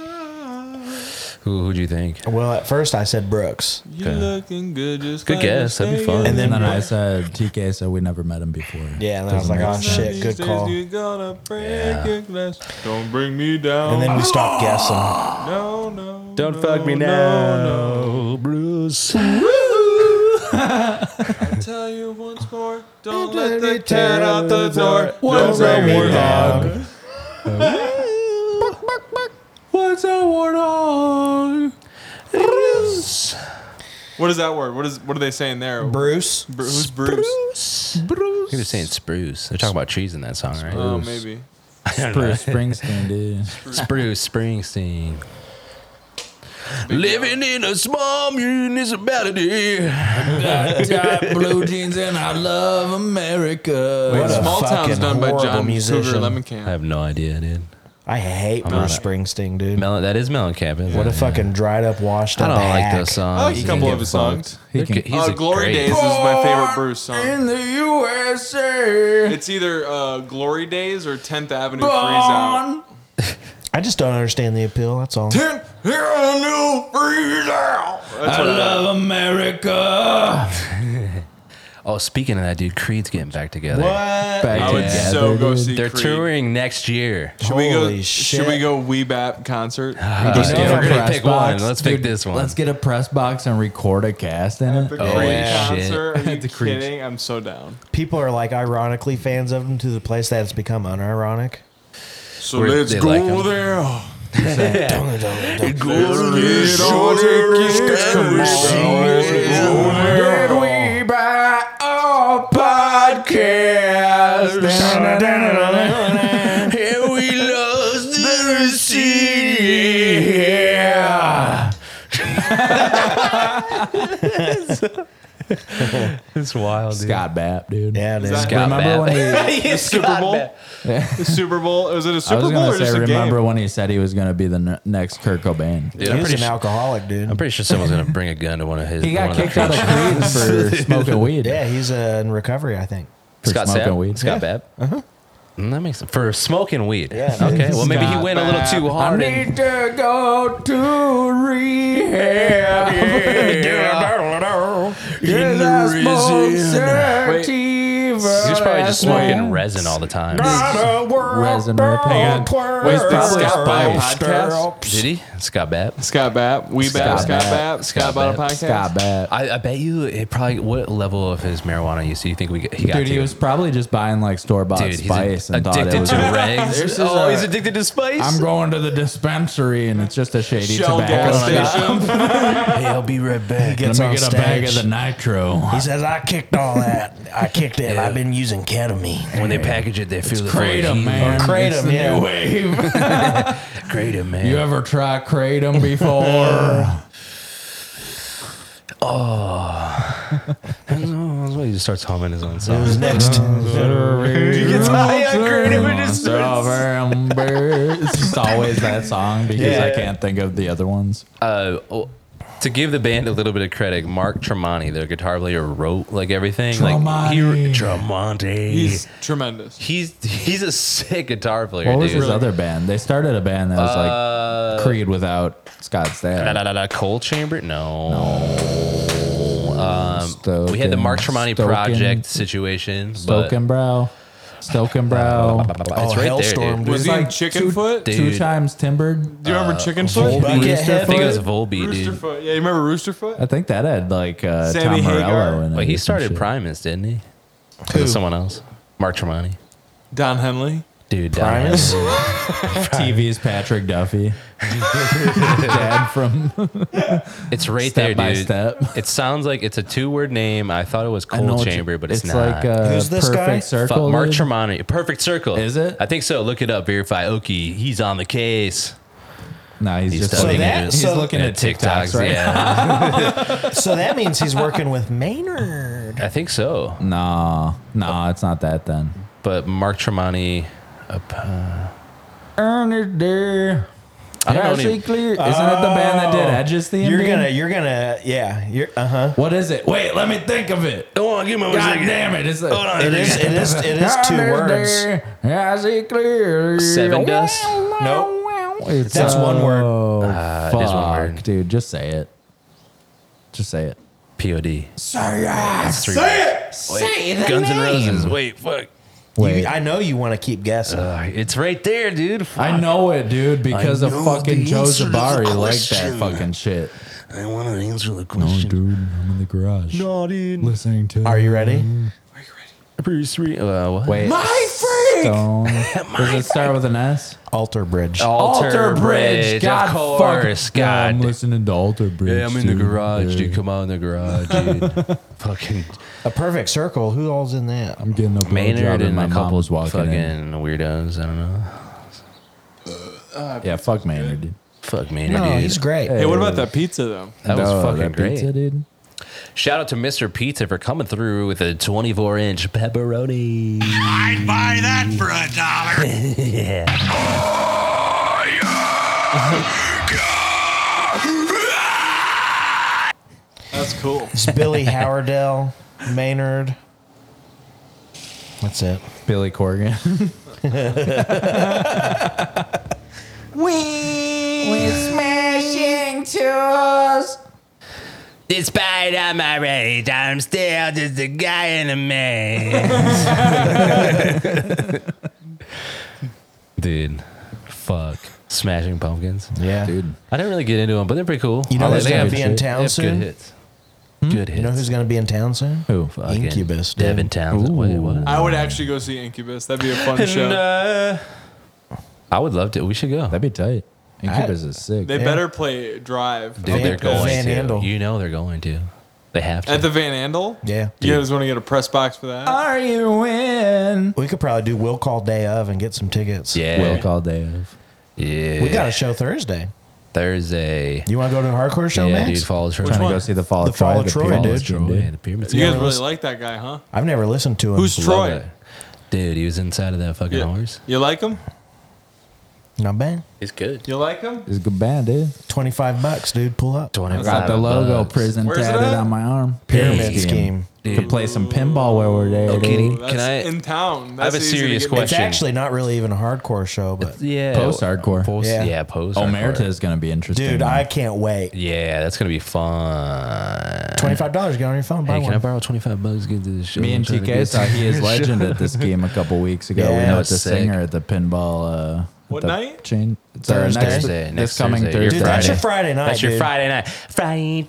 Speaker 4: Who would you think?
Speaker 6: Well, at first I said Brooks.
Speaker 3: You're looking good. Just
Speaker 4: Good
Speaker 3: like you
Speaker 4: guess. That'd be
Speaker 3: say
Speaker 4: fun.
Speaker 6: And then
Speaker 5: And then I
Speaker 6: Brett-
Speaker 5: said TK said we never met him before.
Speaker 6: Yeah, and then I was
Speaker 5: Doesn't
Speaker 6: like,
Speaker 5: make
Speaker 6: oh
Speaker 5: sense.
Speaker 6: shit, good
Speaker 3: These days
Speaker 6: call.
Speaker 3: you're gonna break
Speaker 4: Yeah.
Speaker 3: your glass. Don't bring me down.
Speaker 6: And then we stopped guessing.
Speaker 3: no, no.
Speaker 4: Don't
Speaker 3: no,
Speaker 4: fuck me
Speaker 3: no,
Speaker 4: now,
Speaker 3: no.
Speaker 4: Bruce.
Speaker 3: Tell you once more. Don't let the cat out the door. Don't
Speaker 5: a
Speaker 3: bring me
Speaker 5: warthog?
Speaker 3: down.
Speaker 5: What's a warthog?
Speaker 3: What is that word? What is? What are they saying there?
Speaker 6: Bruce.
Speaker 3: Bru- who's Bruce?
Speaker 5: Bruce.
Speaker 4: You're saying spruce. They're talking about trees in that song, right?
Speaker 3: Oh, maybe.
Speaker 5: Bruce Springsteen, dude.
Speaker 4: Spruce Springsteen. Living in a small municipality.
Speaker 5: blue jeans and I love America.
Speaker 6: What a
Speaker 3: Small Town's
Speaker 6: fucking
Speaker 3: done by
Speaker 6: horrible
Speaker 3: John Cougar
Speaker 6: musician.
Speaker 4: I
Speaker 3: Lemonkamp.
Speaker 4: have no idea, dude.
Speaker 6: I hate
Speaker 4: not
Speaker 6: Bruce
Speaker 4: a-
Speaker 6: Springsteen, dude.
Speaker 4: Melon, that is Mellencamp. isn't
Speaker 6: What
Speaker 4: it?
Speaker 6: a fucking dried up, washed
Speaker 4: I
Speaker 6: up.
Speaker 4: don't like uh,
Speaker 6: hack.
Speaker 4: those songs.
Speaker 3: I like a
Speaker 4: He
Speaker 3: couple
Speaker 4: can
Speaker 3: of
Speaker 4: get
Speaker 3: his
Speaker 4: fucked.
Speaker 3: songs.
Speaker 5: He
Speaker 4: They're
Speaker 5: can-
Speaker 4: good. He's
Speaker 3: uh,
Speaker 4: a
Speaker 3: Glory
Speaker 4: great-
Speaker 3: Days is my favorite Bruce song.
Speaker 5: In the USA.
Speaker 3: It's either uh, Glory Days or 10th Avenue Freeze Out.
Speaker 5: Born.
Speaker 6: I just don't understand the appeal. That's all.
Speaker 3: That's what I
Speaker 5: Love America.
Speaker 4: Oh, speaking of that, dude, Creed's getting back together.
Speaker 5: Back
Speaker 3: I would
Speaker 5: together,
Speaker 3: so go
Speaker 5: dude.
Speaker 3: see
Speaker 4: They're
Speaker 3: Creed.
Speaker 4: touring next year.
Speaker 3: Should we go?
Speaker 6: Holy
Speaker 3: Should we
Speaker 6: shit.
Speaker 3: go Weebap concert?
Speaker 4: Uh,
Speaker 5: You know
Speaker 4: yeah,
Speaker 5: that
Speaker 4: we're gonna
Speaker 5: press
Speaker 4: pick
Speaker 5: box?
Speaker 4: one. Let's pick
Speaker 5: Dude,
Speaker 4: this one.
Speaker 5: Let's get a press box and record a cast in it.
Speaker 3: The
Speaker 4: Oh,
Speaker 3: Creed
Speaker 4: yeah.
Speaker 3: concert? Are you
Speaker 5: The Creed.
Speaker 3: kidding? I'm so down.
Speaker 6: People are like ironically fans of him to the place that it's become unironic.
Speaker 3: So
Speaker 4: Where let's they go like 'em.
Speaker 3: there.
Speaker 5: Did we buy a podcast? Here we lost the receipt.
Speaker 4: It's wild, dude.
Speaker 5: Oh, Scott Bapp, dude.
Speaker 6: Yeah, dude.
Speaker 3: that-
Speaker 4: Scott
Speaker 5: Remember when
Speaker 4: Bapp.
Speaker 5: he?
Speaker 3: The Super Bowl. The Super Bowl. Was it a
Speaker 5: I
Speaker 3: Super
Speaker 5: was
Speaker 3: Bowl
Speaker 5: gonna
Speaker 3: or just
Speaker 5: say,
Speaker 3: a
Speaker 5: remember
Speaker 3: game?
Speaker 5: when he said he was gonna be the n- next Kurt Cobain?
Speaker 4: Dude, I'm,
Speaker 6: He's
Speaker 4: pretty
Speaker 6: an
Speaker 4: sure,
Speaker 6: alcoholic, dude.
Speaker 4: I'm pretty sure someone's gonna bring a gun to one of his.
Speaker 5: He
Speaker 4: one
Speaker 5: got
Speaker 4: of the
Speaker 5: kicked out of Creed for smoking weed.
Speaker 6: yeah, he's uh, in recovery, I think.
Speaker 5: for
Speaker 4: Scott
Speaker 5: smoking
Speaker 4: Sapp?
Speaker 5: weed.
Speaker 4: Scott Babb. Uh-huh. that makes sense. For smoking weed.
Speaker 6: Yeah,
Speaker 4: Okay. Well, maybe he
Speaker 3: Scott
Speaker 4: went a little too hard. and-
Speaker 5: to go to rehab. Yes, I smoked sativa
Speaker 4: He's probably just
Speaker 5: last night.
Speaker 4: smoking resin all the time.
Speaker 5: Resin repellent.
Speaker 3: Wait, did
Speaker 5: Probably
Speaker 3: Scott buy a
Speaker 5: Scott
Speaker 3: podcast?
Speaker 4: Did he? Scott Babb.
Speaker 3: Scott Bapp, Weebap,
Speaker 5: Scott
Speaker 3: Scott, Scott
Speaker 5: Bapp.
Speaker 3: Bapp, Scott
Speaker 4: Scott
Speaker 3: bought a
Speaker 4: Bapp.
Speaker 3: podcast.
Speaker 5: Scott Bapp.
Speaker 4: I, I bet you it probably. What level of his marijuana use do you think we get, he got
Speaker 5: Dude,
Speaker 4: to?
Speaker 5: he was probably just buying like store bought
Speaker 4: Dude, he's ad-
Speaker 5: spice and thought it
Speaker 4: addicted
Speaker 5: was.
Speaker 4: to regs.
Speaker 5: is
Speaker 4: oh,
Speaker 5: a-
Speaker 4: he's addicted to spice.
Speaker 5: I'm going to the dispensary and it's just a shady
Speaker 3: Shell
Speaker 5: tobacco. and
Speaker 3: gas station.
Speaker 4: hey, I'll be right back.
Speaker 5: Let
Speaker 6: Gets
Speaker 5: me
Speaker 6: on
Speaker 5: get a bag of
Speaker 6: stage.
Speaker 5: the nitro.
Speaker 6: He says, I kicked all that. I kicked it. I've been using ketamine.
Speaker 4: When they package it, they feel it. for a
Speaker 5: Kratom,
Speaker 4: heat.
Speaker 5: man.
Speaker 6: Kratom,
Speaker 5: It's the new
Speaker 6: yeah.
Speaker 5: wave.
Speaker 4: Kratom, man.
Speaker 5: You ever try kratom before?
Speaker 4: No, that's why he just starts humming his own song.
Speaker 6: Who's next?
Speaker 5: he
Speaker 4: gets high on kratom and just
Speaker 5: It's just always that song because I can't think of the other ones.
Speaker 4: uh, oh, to give the band a little bit of credit, Mark Tremonti, their guitar player, wrote like everything. Like he,
Speaker 5: Tremonti.
Speaker 4: Tremonti.
Speaker 3: He's
Speaker 4: He's,
Speaker 3: tremendous.
Speaker 4: he's a sick guitar player.
Speaker 5: What was
Speaker 4: dude.
Speaker 5: his other band? They started a band that was
Speaker 4: Uh,
Speaker 5: like Creed without Scott
Speaker 4: Da,
Speaker 5: Stapp.
Speaker 4: da, da, da, Cold Chamber? No. Um, we had the
Speaker 5: Stoken-
Speaker 4: Mark Tremonti
Speaker 5: Stoken-
Speaker 4: project situation, but Uh, Oh,
Speaker 5: Spoken Brow. Stoken, bro.
Speaker 4: it's right there, dude.
Speaker 6: Hellstorm, dude.
Speaker 3: Was he
Speaker 5: It's like
Speaker 3: chicken foot?
Speaker 4: dude.
Speaker 5: Two times timbered.
Speaker 3: Do you remember chicken foot?
Speaker 4: I think it was Volbeat,
Speaker 3: Rooster
Speaker 4: dude.
Speaker 3: foot. Yeah, you remember rooster foot?
Speaker 5: I think that had like uh,
Speaker 3: Sammy
Speaker 5: Tom
Speaker 3: Hagar.
Speaker 5: Morello in it.
Speaker 4: Wait, he
Speaker 5: or some
Speaker 4: started
Speaker 5: shit.
Speaker 4: Primus, didn't he? Or was it someone else? Mark Tremonti.
Speaker 3: Don Henley.
Speaker 4: Dude, Primus?
Speaker 5: TV's Patrick Duffy, dad from
Speaker 4: It's right
Speaker 5: Step
Speaker 4: there,
Speaker 5: by
Speaker 4: dude.
Speaker 5: Step.
Speaker 4: It sounds like it's a two-word name. I thought it was
Speaker 5: I know
Speaker 4: Cold
Speaker 5: what you-
Speaker 4: Chamber, but it's,
Speaker 5: it's
Speaker 4: not.
Speaker 5: like uh,
Speaker 6: Who's this
Speaker 5: perfect
Speaker 6: guy?
Speaker 5: circle.
Speaker 4: Fuck, Mark
Speaker 5: dude.
Speaker 4: Tremonti. Perfect Circle.
Speaker 5: Is it?
Speaker 4: I think so. Look it up. Verify. Okie. He's on the case.
Speaker 5: Nah, he's,
Speaker 4: He's
Speaker 5: just
Speaker 4: studying
Speaker 5: looking at,
Speaker 6: that-
Speaker 5: he's
Speaker 6: so-
Speaker 5: looking at TikToks, right?
Speaker 4: Yeah.
Speaker 6: So that means he's working with Maynard.
Speaker 4: I think so.
Speaker 5: No, no, it's not that then.
Speaker 4: But Mark Tremonti. up, uh,
Speaker 5: Ernest Deer.
Speaker 4: I don't know any- Oh.
Speaker 5: clear. Isn't it the band that did Edges theme?
Speaker 6: You're
Speaker 5: dude?
Speaker 6: gonna, you're gonna, yeah, you're, uh huh.
Speaker 5: What is it? Wait, let me think of it.
Speaker 4: Hold on, give me a
Speaker 5: God
Speaker 4: second.
Speaker 5: damn it! It's like
Speaker 6: It is, it is, it is two words.
Speaker 5: I see clear.
Speaker 4: Seven Dust?
Speaker 6: Nope.
Speaker 5: It's,
Speaker 6: That's one word.
Speaker 5: Oh,
Speaker 4: Uh, it is one
Speaker 5: fuck,
Speaker 4: word.
Speaker 5: dude. Just say it. Just say it.
Speaker 4: POD. That's three
Speaker 5: it. Say the
Speaker 4: Guns
Speaker 5: name.
Speaker 4: and Roses. Wait, fuck.
Speaker 5: Wait,
Speaker 6: I know you want to keep guessing.
Speaker 4: Uh, it's right there, dude. Fuck.
Speaker 5: I know it, dude, because of
Speaker 10: know
Speaker 5: fucking
Speaker 10: the
Speaker 5: Joe
Speaker 10: answer to the
Speaker 5: Zabari liked that
Speaker 10: question.
Speaker 5: fucking shit.
Speaker 10: I want to answer the question.
Speaker 5: dude, I'm in the garage
Speaker 4: No, dude.
Speaker 5: listening to.
Speaker 6: Are you ready?
Speaker 4: Bruce Lee. Uh, what?
Speaker 5: Wait, my freak. Does it start with an S?
Speaker 6: Alter Bridge.
Speaker 4: Alter Bridge.
Speaker 5: God,
Speaker 4: of course.
Speaker 5: fuck. Yeah, I'm
Speaker 4: God.
Speaker 5: listening to Alter Bridge.
Speaker 4: Yeah, I'm in the
Speaker 5: dude.
Speaker 4: garage,
Speaker 5: Yeah.
Speaker 4: dude. Come on, in the garage, dude. Fucking
Speaker 6: A perfect circle. Who all's in that?
Speaker 5: I'm getting a blowjob
Speaker 4: Maynard
Speaker 5: and
Speaker 4: and
Speaker 5: my
Speaker 4: a
Speaker 5: mom
Speaker 4: couple
Speaker 5: was walking
Speaker 4: fucking
Speaker 5: in.
Speaker 4: weirdos. I don't know.
Speaker 5: Yeah, fuck Maynard, dude.
Speaker 4: Fuck Maynard,
Speaker 6: No,
Speaker 4: dude.
Speaker 6: Oh, he's great.
Speaker 3: Hey, what about that pizza though?
Speaker 4: that was
Speaker 5: No,
Speaker 4: fucking
Speaker 5: that
Speaker 4: great.
Speaker 5: pizza, dude.
Speaker 4: Shout out to Mr. Pizza for coming through with a 24 inch pepperoni.
Speaker 10: I'd buy that for a dollar.
Speaker 4: Yeah.
Speaker 3: That's cool.
Speaker 6: It's Billy Howardell, Maynard. That's it.
Speaker 5: Billy Corgan.
Speaker 4: Despite all my rage, I'm still just a guy in a man. Dude, fuck. Smashing Pumpkins.
Speaker 6: Yeah.
Speaker 5: dude.
Speaker 4: I didn't really get into them, but they're pretty cool.
Speaker 6: You know
Speaker 4: They-
Speaker 6: who's
Speaker 4: they
Speaker 6: gonna
Speaker 4: have-
Speaker 6: be in
Speaker 4: they have
Speaker 6: town soon? Hmm?
Speaker 4: Good hits. Good hits.
Speaker 6: You know who's going to be in town soon?
Speaker 5: Who?
Speaker 4: Fucking
Speaker 6: Incubus, dude.
Speaker 4: Devin Townsend. Wait, what?
Speaker 3: I would actually go see Incubus. That'd be a fun
Speaker 5: uh,
Speaker 3: show.
Speaker 4: I would love to. We should go.
Speaker 5: That'd be tight. Incubus is sick.
Speaker 3: They better play Drive
Speaker 4: Dude, they're
Speaker 6: Van-
Speaker 4: going
Speaker 6: Van
Speaker 4: to.
Speaker 6: Andel.
Speaker 4: You know they're going to. They have to.
Speaker 3: at the Van Andel.
Speaker 6: Yeah.
Speaker 3: You guys want to get a press box for that?
Speaker 5: Are you in?
Speaker 6: We could probably do Will Call Day of and get some tickets.
Speaker 4: yeah.
Speaker 5: Will call Dave.
Speaker 4: yeah.
Speaker 6: We got a show Thursday.
Speaker 4: Thursday.
Speaker 6: You want to go to a hardcore show,
Speaker 4: yeah,
Speaker 6: Max?
Speaker 4: dude. Falls Troy.
Speaker 5: Trying to go see the fall
Speaker 6: The
Speaker 5: of Troy.
Speaker 6: Fall of
Speaker 5: the
Speaker 6: Troy,
Speaker 5: Pearl
Speaker 6: dude.
Speaker 5: Jam,
Speaker 4: Yeah, the pyramid.
Speaker 3: you guys
Speaker 4: Love
Speaker 3: really like that guy, huh?
Speaker 6: I've never listened to him.
Speaker 3: Who's Troy?
Speaker 4: it. Dude, he was inside of that fucking
Speaker 3: You-
Speaker 4: horse.
Speaker 3: You like him?
Speaker 6: Not bad.
Speaker 4: He's good.
Speaker 3: You like him?
Speaker 5: It's a good band, dude.
Speaker 6: 25 bucks, dude. Pull up.
Speaker 5: I got the logo
Speaker 4: uh,
Speaker 5: prison
Speaker 3: Where's it
Speaker 5: tatted
Speaker 3: at?
Speaker 5: on my arm.
Speaker 6: Pyramid scheme.
Speaker 5: Could play some pinball where we're there.
Speaker 4: Okay.
Speaker 5: dude.
Speaker 3: Ooh, that's
Speaker 4: Can I-
Speaker 3: in town?
Speaker 4: I have
Speaker 3: That's
Speaker 4: a
Speaker 3: easy to
Speaker 4: serious
Speaker 3: get-
Speaker 6: It's
Speaker 4: question.
Speaker 6: actually not really even a hardcore show, but
Speaker 4: Yeah.
Speaker 5: Post-hardcore.
Speaker 4: Post,
Speaker 6: Yeah.
Speaker 4: yeah. post.
Speaker 5: Omerta is gonna be interesting.
Speaker 6: dude,
Speaker 5: man.
Speaker 6: I can't wait.
Speaker 4: Yeah, that's gonna be fun.
Speaker 6: $25, get on your phone, buy
Speaker 4: Hey, can I
Speaker 6: one.
Speaker 4: borrow twenty five bucks to get to this show?
Speaker 5: Me and
Speaker 4: I'm trying to
Speaker 5: TK
Speaker 4: get
Speaker 5: saw
Speaker 4: to-
Speaker 5: he is legend at this game a couple weeks ago.
Speaker 6: Yeah.
Speaker 5: we
Speaker 6: That
Speaker 5: met
Speaker 4: was
Speaker 5: the
Speaker 4: sick.
Speaker 5: singer at the pinball. Uh,
Speaker 3: What
Speaker 5: the
Speaker 3: night?
Speaker 5: Chain. It's, uh, next-
Speaker 6: Thursday.
Speaker 4: Thursday,
Speaker 5: This
Speaker 4: next
Speaker 5: coming
Speaker 4: Thursday.
Speaker 5: Thursday.
Speaker 4: Your
Speaker 6: Dude, that's your Friday night.
Speaker 4: That's your
Speaker 6: dude.
Speaker 4: Friday night. Friday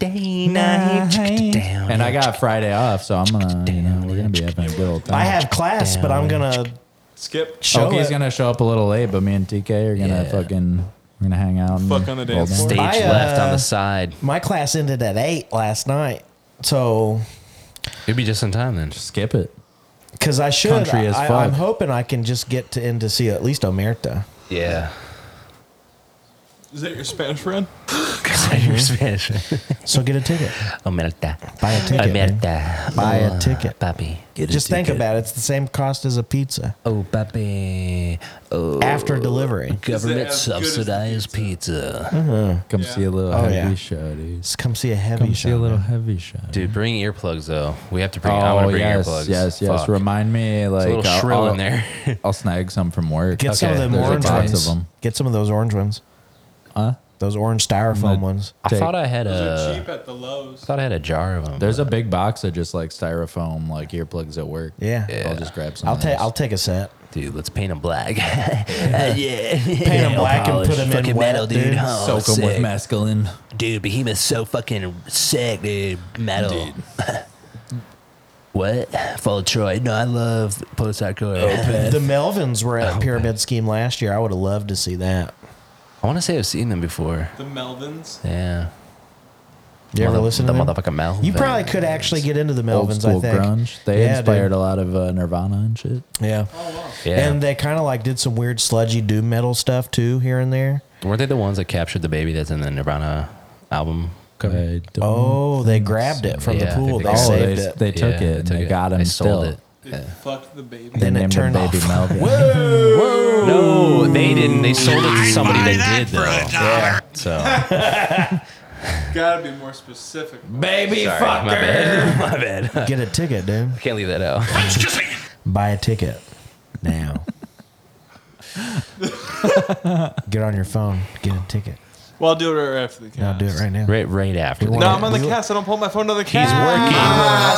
Speaker 4: night. Down.
Speaker 5: And I got Friday off, so I'm gonna, you know, we're gonna be having a good old time.
Speaker 6: I have class, but I'm gonna
Speaker 3: Skip.
Speaker 6: show
Speaker 5: Oki's
Speaker 6: it.
Speaker 5: gonna show up a little late, but me and TK are gonna
Speaker 4: Yeah.
Speaker 5: fucking, we're gonna hang out. And
Speaker 3: Fuck on the dance
Speaker 5: roll
Speaker 3: floor.
Speaker 5: down.
Speaker 4: stage
Speaker 6: I, uh,
Speaker 4: left on the side.
Speaker 6: My class ended at eight last night, so
Speaker 4: You'll be just in time then.
Speaker 5: Skip it.
Speaker 6: because I should,
Speaker 5: Country as
Speaker 6: I,
Speaker 5: fuck.
Speaker 6: am hoping I can just get to in to see at least Omerta.
Speaker 4: Yeah.
Speaker 3: Is that your Spanish friend?
Speaker 4: Because I hear Spanish.
Speaker 6: So get a ticket,
Speaker 4: Omerta.
Speaker 6: buy a ticket, man.
Speaker 4: Omerta.
Speaker 6: Buy a
Speaker 4: Oh,
Speaker 6: ticket.
Speaker 4: Papi.
Speaker 6: Just think about it; it's the same cost as a pizza
Speaker 4: Oh, papi. Oh,
Speaker 6: after delivery.
Speaker 4: government
Speaker 3: as good as the
Speaker 4: subsidized pizza.
Speaker 5: Come see a little heavy
Speaker 6: Oh, yeah.
Speaker 5: show, dude.
Speaker 6: Just come see a heavy
Speaker 5: Come see a
Speaker 6: show.
Speaker 5: little heavy show.
Speaker 4: Dude, bring earplugs though. We have to bring. I want
Speaker 5: Oh
Speaker 4: to bring
Speaker 5: yes,
Speaker 4: earplugs.
Speaker 5: yes, yes.
Speaker 4: Fuck.
Speaker 5: Remind me, like
Speaker 4: a little
Speaker 6: uh,
Speaker 5: I'll-
Speaker 4: shrill
Speaker 6: oh,
Speaker 5: I'll-
Speaker 4: in there.
Speaker 5: I'll snag some from work.
Speaker 6: Get some of
Speaker 4: Okay,
Speaker 6: them
Speaker 5: there's a
Speaker 6: orange
Speaker 5: box
Speaker 6: ones.
Speaker 5: of 'em.
Speaker 6: Get some of those orange ones.
Speaker 5: Huh?
Speaker 6: Those orange styrofoam ones.
Speaker 4: I
Speaker 5: Take-
Speaker 4: thought I had
Speaker 3: Those are
Speaker 4: a.
Speaker 3: cheap at the Lowe's.
Speaker 4: I thought I had a jar of them.
Speaker 5: There's a big box of just like styrofoam like earplugs at work.
Speaker 6: Yeah.
Speaker 5: I'll just grab some.
Speaker 6: I'll
Speaker 5: of those.
Speaker 6: take I'll take a set.
Speaker 4: dude. Let's paint them black. yeah, paint
Speaker 6: Paint 'em black and put 'em in
Speaker 4: fucking
Speaker 6: wet,
Speaker 4: metal, dude.
Speaker 6: dude.
Speaker 4: Oh,
Speaker 5: soak them with
Speaker 4: sick.
Speaker 5: mescaline.
Speaker 4: Dude, Behemoth's so fucking sick, dude. Metal. what? Full Troy. No, I love post hardcore.
Speaker 6: Oh, The Melvins were at Pyramid Scheme last year. I would have loved to see that.
Speaker 4: I want to say I've seen them before.
Speaker 3: The Melvins.
Speaker 4: Yeah.
Speaker 6: You ever
Speaker 4: Mother-
Speaker 6: listen
Speaker 4: the
Speaker 6: to them?
Speaker 4: motherfucking Melvins.
Speaker 6: You probably could actually get into the
Speaker 5: Old
Speaker 6: Melvins. I
Speaker 5: school
Speaker 6: think.
Speaker 5: grunge. They
Speaker 6: Yeah,
Speaker 5: inspired
Speaker 6: dude.
Speaker 5: a lot of uh, Nirvana and shit.
Speaker 6: Yeah.
Speaker 4: Yeah.
Speaker 6: And they kind of like did some weird sludgy doom metal stuff too here and there.
Speaker 4: Weren't they the ones that captured the baby that's in the Nirvana album cover?
Speaker 5: I don't-
Speaker 6: Oh, they grabbed it from
Speaker 4: Yeah, I
Speaker 6: the
Speaker 4: think
Speaker 6: pool. They,
Speaker 4: they
Speaker 5: oh, they,
Speaker 6: saved it.
Speaker 5: they took
Speaker 4: Yeah,
Speaker 5: it. and they got him
Speaker 4: They
Speaker 5: still.
Speaker 4: sold it.
Speaker 3: They fucked the baby.
Speaker 5: They
Speaker 6: Then it
Speaker 5: named him
Speaker 6: turned
Speaker 5: Baby
Speaker 6: off.
Speaker 5: Melvin.
Speaker 4: No, they didn't. They sold it to
Speaker 10: I'd
Speaker 4: somebody
Speaker 10: buy
Speaker 4: that
Speaker 10: that
Speaker 4: did
Speaker 10: for a
Speaker 4: though.
Speaker 10: dollar.
Speaker 4: So
Speaker 3: Gotta be more specific.
Speaker 5: Baby
Speaker 4: my bad. My bad.
Speaker 6: Get a ticket, dude.
Speaker 4: Can't leave that out.
Speaker 10: Excuse me.
Speaker 6: Buy a ticket now. Get on your phone. Get a ticket.
Speaker 3: Well, I'll do it right after the
Speaker 6: I'll
Speaker 3: cast.
Speaker 6: do it right now.
Speaker 4: Right, right after.
Speaker 3: No, I'm on the cast. I don't pull my phone to the cast.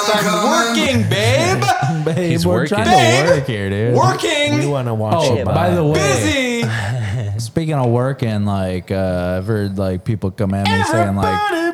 Speaker 4: working.
Speaker 3: I'm working, babe.
Speaker 5: Babe,
Speaker 4: He's
Speaker 5: we're
Speaker 4: working.
Speaker 5: trying to
Speaker 3: Babe!
Speaker 5: work here, dude.
Speaker 6: We
Speaker 3: Working.
Speaker 6: want to watch
Speaker 5: Oh,
Speaker 6: it.
Speaker 5: by the way,
Speaker 3: Busy.
Speaker 5: speaking of working, like uh, I've heard like people come at me saying like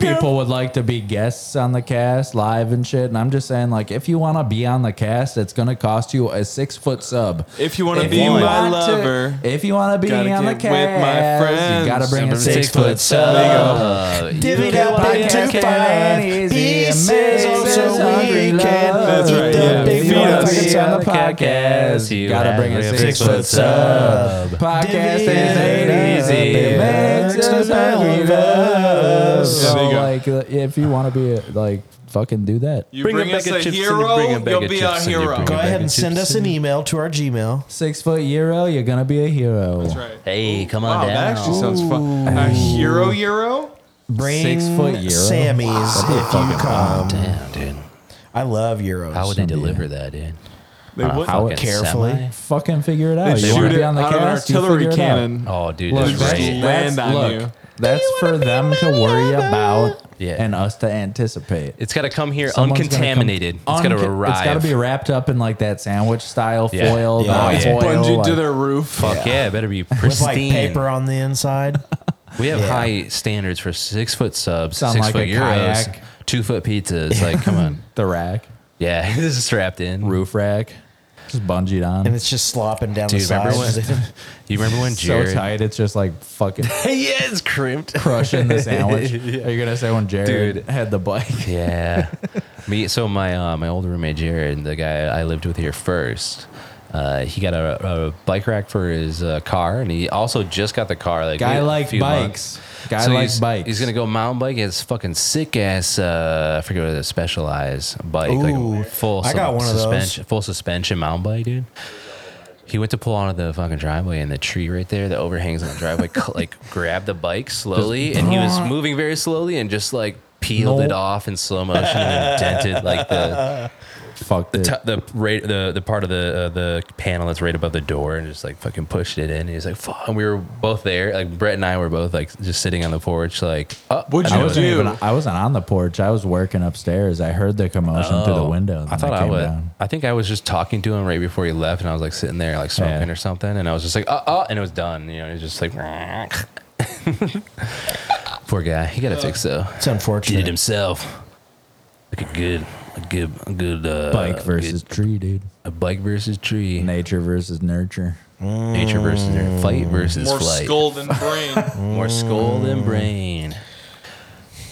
Speaker 5: people would like to be guests on the cast live and shit, and I'm just saying like if you want to be on the cast, it's gonna cost you a six foot sub.
Speaker 3: If you want to
Speaker 5: If
Speaker 3: be
Speaker 5: you
Speaker 3: my
Speaker 5: want to-
Speaker 3: lover,
Speaker 5: if you want to be
Speaker 3: Gotta
Speaker 5: on the
Speaker 3: get with my
Speaker 5: cast, you gotta
Speaker 3: friends.
Speaker 5: bring a six,
Speaker 4: Six
Speaker 5: foot
Speaker 4: foot sub.
Speaker 6: Divvy it up
Speaker 5: Podcast
Speaker 6: into
Speaker 5: can
Speaker 6: five
Speaker 5: be easy,
Speaker 6: pieces
Speaker 5: amazes
Speaker 6: so we
Speaker 5: hungry
Speaker 6: can
Speaker 5: love.
Speaker 3: eat That's right, the yeah. big
Speaker 5: If you wanna
Speaker 6: motherfuckers
Speaker 5: be
Speaker 6: on
Speaker 5: on the
Speaker 6: the
Speaker 5: podcast, you gotta bring a six foot sub. Podcast
Speaker 6: Divvy
Speaker 5: is
Speaker 6: it
Speaker 5: ain't
Speaker 6: up,
Speaker 5: easy,
Speaker 6: it
Speaker 5: makes
Speaker 6: makes
Speaker 5: us
Speaker 6: us
Speaker 5: hungry
Speaker 6: hungry
Speaker 5: love.
Speaker 6: love.
Speaker 5: So
Speaker 3: There you go.
Speaker 5: like, uh, if you want to be uh, like, fucking do that.
Speaker 3: you
Speaker 4: Bring
Speaker 3: bring,
Speaker 4: a bag
Speaker 3: us
Speaker 4: of
Speaker 3: a
Speaker 4: chips and you
Speaker 3: hero,
Speaker 4: bring a bag
Speaker 3: you'll
Speaker 4: of
Speaker 3: be
Speaker 4: chips
Speaker 3: our
Speaker 4: and you
Speaker 3: hero.
Speaker 4: bring
Speaker 6: Go
Speaker 4: a bag
Speaker 6: ahead
Speaker 4: of
Speaker 6: and send us an email to our Gmail.
Speaker 5: Six foot euro, you're gonna be a hero.
Speaker 3: That's right.
Speaker 4: Hey, come
Speaker 3: Wow,
Speaker 4: on
Speaker 3: that
Speaker 4: down.
Speaker 3: actually sounds fun. A hero, hero.
Speaker 6: Bring
Speaker 5: Six foot euro.
Speaker 6: Sammy's if you come.
Speaker 4: Damn, dude.
Speaker 6: I love Euros.
Speaker 4: How would they deliver that, dude?
Speaker 3: They
Speaker 4: On a
Speaker 3: would
Speaker 4: fucking
Speaker 6: Carefully.
Speaker 4: semi?
Speaker 5: Fucking figure it
Speaker 3: They
Speaker 5: out. Oh, You
Speaker 3: shoot
Speaker 5: wanna
Speaker 3: it
Speaker 5: be on the
Speaker 3: out of an
Speaker 5: cast? You
Speaker 3: artillery
Speaker 5: figure it out.
Speaker 3: cannon.
Speaker 4: Oh, dude,
Speaker 5: Look,
Speaker 4: that's
Speaker 5: that's,
Speaker 3: just
Speaker 4: right.
Speaker 5: that's,
Speaker 3: land on
Speaker 5: look,
Speaker 3: you.
Speaker 5: that's for them to worry about
Speaker 4: Yeah.
Speaker 5: and us to anticipate.
Speaker 4: It's got to come here
Speaker 5: Someone's gonna come-
Speaker 4: uncontaminated. it's got
Speaker 5: unco-
Speaker 4: to arrive.
Speaker 5: It's got to be wrapped up in like that sandwich style
Speaker 4: Yeah.
Speaker 5: foil.
Speaker 4: Yeah.
Speaker 5: not
Speaker 4: Oh, yeah.
Speaker 5: foil,
Speaker 3: Bungee
Speaker 5: like-
Speaker 3: to their roof.
Speaker 4: Fuck yeah. it better be
Speaker 6: With like
Speaker 4: pristine.
Speaker 6: paper on the inside.
Speaker 4: We have high standards for six foot subs,
Speaker 5: Sound
Speaker 4: six
Speaker 5: like
Speaker 4: foot
Speaker 5: a
Speaker 4: euros,
Speaker 5: kayak.
Speaker 4: two foot pizzas. Like, come on.
Speaker 5: the rack,
Speaker 4: Yeah, this is strapped in.
Speaker 5: roof rack, just bungeed on.
Speaker 6: and it's just slopping down
Speaker 4: Dude,
Speaker 6: the
Speaker 4: remember
Speaker 6: sides.
Speaker 4: You remember when
Speaker 5: so
Speaker 4: Jared?
Speaker 5: tight, it's just like fucking
Speaker 4: yeah, it's crimped.
Speaker 5: crushing the sandwich. Are you gonna say when Jared
Speaker 4: Dude.
Speaker 5: had the bike?
Speaker 4: Yeah. Me. So my uh, my old roommate Jared, the guy I lived with here first, uh, he got a, a bike rack for his uh, car, and he also just got the car. Like
Speaker 5: Guy
Speaker 4: a
Speaker 5: like
Speaker 4: few
Speaker 5: bikes. Guy
Speaker 4: So
Speaker 5: like
Speaker 4: he's,
Speaker 5: bikes.
Speaker 4: He's gonna go mountain bike. His fucking sick ass. Uh, I forget what it is, specialized bike.
Speaker 6: Ooh,
Speaker 4: like a full.
Speaker 6: I
Speaker 4: sus-
Speaker 6: got one of those.
Speaker 4: suspension, Full suspension mountain bike, dude. He went to pull onto the fucking driveway, and the tree right there that overhangs on the driveway, cl- like grabbed the bike slowly, and he was moving very slowly, and just like peeled it off in slow motion and dented like the
Speaker 5: Fuck
Speaker 4: the
Speaker 5: it.
Speaker 4: t- the, right, the the part of the uh, the panel that's right above the door, and just like fucking pushed it in. And he's like, "Fuck!" And we were both there. Like Brett and I were both like just sitting on the porch, like, "Oh,
Speaker 3: What'd
Speaker 4: I
Speaker 3: you
Speaker 4: was-
Speaker 5: wasn't even-
Speaker 3: do?
Speaker 5: I wasn't on the porch. I was working upstairs. I heard the commotion through the
Speaker 4: Oh,
Speaker 5: window.
Speaker 4: I
Speaker 5: and then
Speaker 4: thought I
Speaker 5: came
Speaker 4: would.
Speaker 5: down.
Speaker 4: I think I was just talking to him right before he left, and I was like sitting there like smoking
Speaker 5: Yeah.
Speaker 4: or something, and I was just like, uh, uh, and it was done. You know, it was just like, poor guy. He got it fixed though.
Speaker 6: It's
Speaker 4: Did it
Speaker 6: unfortunate.
Speaker 4: himself. Like a good, a good, a good uh,
Speaker 5: Bike
Speaker 4: good-
Speaker 5: versus tree, dude.
Speaker 4: a bike versus tree,
Speaker 5: Nature versus nurture.
Speaker 4: nature versus nurture,
Speaker 6: Mm.
Speaker 4: fight versus
Speaker 3: More
Speaker 4: flight, Mm.
Speaker 3: skull than brain.
Speaker 4: more skull than brain,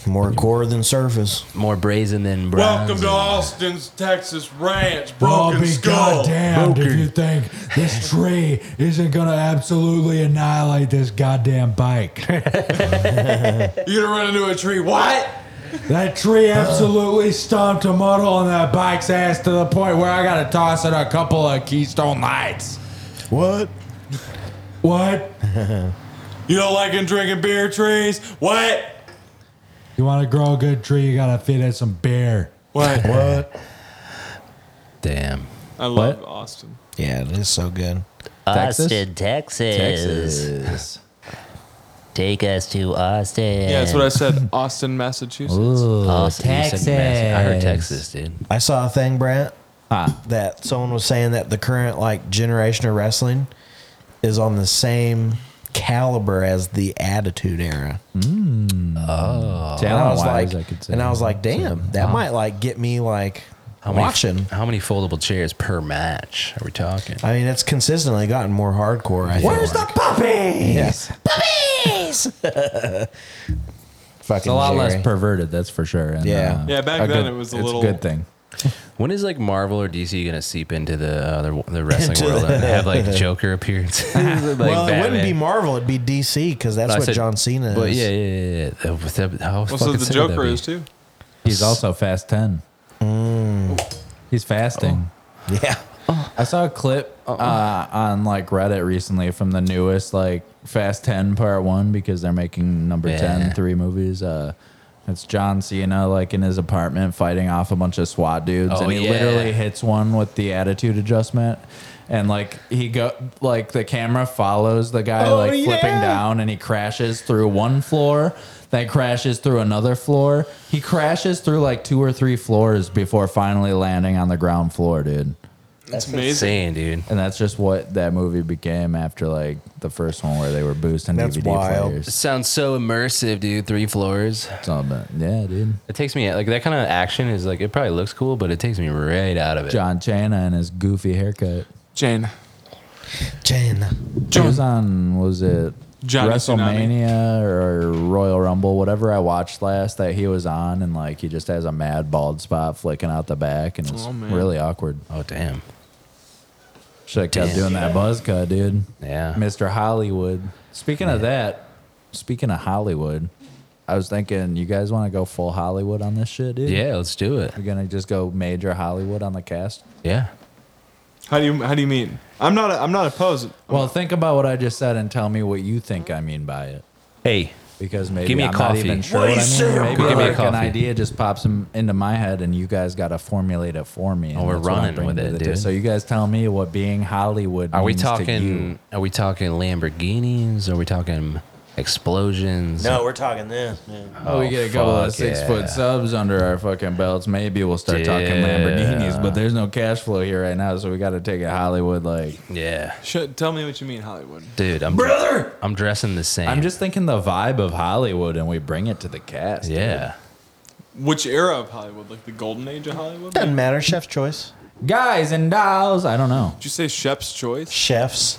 Speaker 6: More core than surface.
Speaker 4: more brazen than bronze.
Speaker 3: Welcome to Austin's Texas Ranch. Broken skull.
Speaker 5: goddamned if you think this tree isn't gonna absolutely annihilate this goddamn bike.
Speaker 3: You're gonna run into a tree. What?
Speaker 5: That tree absolutely stomped a muddle on that bike's ass to the point where I gotta toss it a couple of Keystone Lights.
Speaker 6: What?
Speaker 5: What?
Speaker 3: You don't like him drinking beer trees? What?
Speaker 5: You wanna grow a good tree, you gotta feed it some beer.
Speaker 3: What?
Speaker 6: What?
Speaker 4: Damn.
Speaker 3: I love Austin.
Speaker 6: Yeah, it is so good.
Speaker 7: Austin, Texas. Take us to Austin. Oh,
Speaker 3: Yeah, that's what I said. Austin, Massachusetts.
Speaker 4: Austin, you said Massachusetts. I heard Texas, dude.
Speaker 6: I saw a thing, Brent, that someone was saying that the current like generation of wrestling is on the same caliber as the Attitude Era. And I was like, and I was like, damn, that might like get me like
Speaker 4: How many,
Speaker 6: watching.
Speaker 4: How many foldable chairs per match are we talking?
Speaker 6: I mean, it's consistently gotten more hardcore. I
Speaker 2: Where's the puppy?
Speaker 6: Yes. Fucking
Speaker 5: It's a lot less
Speaker 6: Jerry.
Speaker 5: perverted, that's for sure. and, uh,
Speaker 6: Yeah.
Speaker 3: Yeah, back
Speaker 5: a
Speaker 3: then
Speaker 5: good-
Speaker 3: it was a
Speaker 5: it's
Speaker 3: little-
Speaker 5: good thing.
Speaker 4: When is like Marvel or DC gonna seep into the uh, the, the wrestling world and have like Joker appearances? like
Speaker 6: well, it wouldn't
Speaker 4: Batman?
Speaker 6: be Marvel; it'd be DC because that's
Speaker 4: I
Speaker 6: what
Speaker 4: said-
Speaker 6: John Cena is.
Speaker 4: But yeah, yeah, yeah. yeah. Uh, with that- how
Speaker 3: Well, so
Speaker 4: fucking
Speaker 3: the
Speaker 4: sick would that
Speaker 3: Joker
Speaker 4: be?
Speaker 3: is too.
Speaker 5: He's also fast 10.
Speaker 6: Mm.
Speaker 5: He's
Speaker 6: Oh.
Speaker 5: fasting.
Speaker 6: yeah.
Speaker 5: I saw a clip uh, on like Reddit recently from the newest like Fast 10 Part 1 because they're making number
Speaker 4: Yeah.
Speaker 5: 10 three movies. Uh, it's John Cena like in his apartment fighting off a bunch of SWAT dudes
Speaker 4: Oh,
Speaker 5: and he
Speaker 4: yeah.
Speaker 5: literally hits one with the attitude adjustment and like he go like the camera follows the guy
Speaker 4: Oh,
Speaker 5: like flipping down and he crashes through one floor then crashes through another floor he crashes through like two or three floors before finally landing on the ground floor dude
Speaker 3: That's amazing.
Speaker 4: Insane, dude.
Speaker 5: and that's just what that movie became after like the first one where they were boosting
Speaker 6: That's
Speaker 5: DVD
Speaker 6: wild.
Speaker 5: players.
Speaker 4: Sounds so immersive, dude. Three floors.
Speaker 5: It's all about, yeah, dude.
Speaker 4: It takes me like that kind of action is like it probably looks cool, but it takes me right out of it.
Speaker 5: John Chana and his goofy haircut.
Speaker 3: Jane.
Speaker 6: Jane.
Speaker 5: He was on was it
Speaker 3: Johnny
Speaker 5: WrestleMania or Royal Rumble, whatever I watched last that he was on, and like he just has a mad bald spot flicking out the back, and it's
Speaker 3: Oh, man.
Speaker 5: really awkward.
Speaker 4: Oh damn.
Speaker 5: Should have kept
Speaker 4: Damn.
Speaker 5: doing that buzz cut, dude.
Speaker 4: Yeah.
Speaker 5: Mr. Hollywood. Speaking of that, speaking of Hollywood, I was thinking, you guys want to go full Hollywood on this shit, dude?
Speaker 4: Yeah, let's do it.
Speaker 5: We're gonna just go major Hollywood on the cast.
Speaker 4: Yeah.
Speaker 3: How do you how do you mean? I'm not I'm not opposed.
Speaker 5: Well, think about what I just said and tell me what you think I mean by it.
Speaker 4: Hey,
Speaker 5: Because maybe
Speaker 4: Give me a
Speaker 5: I'm
Speaker 4: coffee.
Speaker 5: not even sure
Speaker 4: What
Speaker 5: what,
Speaker 4: do you
Speaker 5: I
Speaker 4: say,
Speaker 5: mean. Maybe
Speaker 4: Uncle? Give me a
Speaker 5: like an
Speaker 4: coffee.
Speaker 5: idea just pops in- into my head, and you guys got to formulate it for me. and
Speaker 4: we're
Speaker 5: that's what I'm
Speaker 4: running
Speaker 5: bringing
Speaker 4: with
Speaker 5: to
Speaker 4: it,
Speaker 5: the
Speaker 4: dude.
Speaker 5: table. So you guys tell me what being Hollywood.
Speaker 4: are we
Speaker 5: means to you.
Speaker 4: talking? Are we talking Lamborghinis? Are we talking explosions?
Speaker 2: No, we're talking this. Man.
Speaker 5: Oh, we get a couple of
Speaker 4: fuck,
Speaker 5: six
Speaker 4: yeah.
Speaker 5: foot subs under our fucking belts. Maybe we'll start talking
Speaker 4: Yeah.
Speaker 5: Lamborghinis, but there's no cash flow here right now, so we got to take it Hollywood. Like,
Speaker 4: Yeah,
Speaker 3: Shut, tell me what you mean, Hollywood.
Speaker 4: dude. I'm brother. I'm dressing the same.
Speaker 5: I'm just thinking the vibe of Hollywood, and we bring it to the cast.
Speaker 4: Yeah.
Speaker 3: Which era of Hollywood? Like the golden age of Hollywood? Did
Speaker 6: Doesn't matter. Chef's choice.
Speaker 5: guys and dolls. I don't know.
Speaker 3: you say Shep's choice?
Speaker 6: Chefs.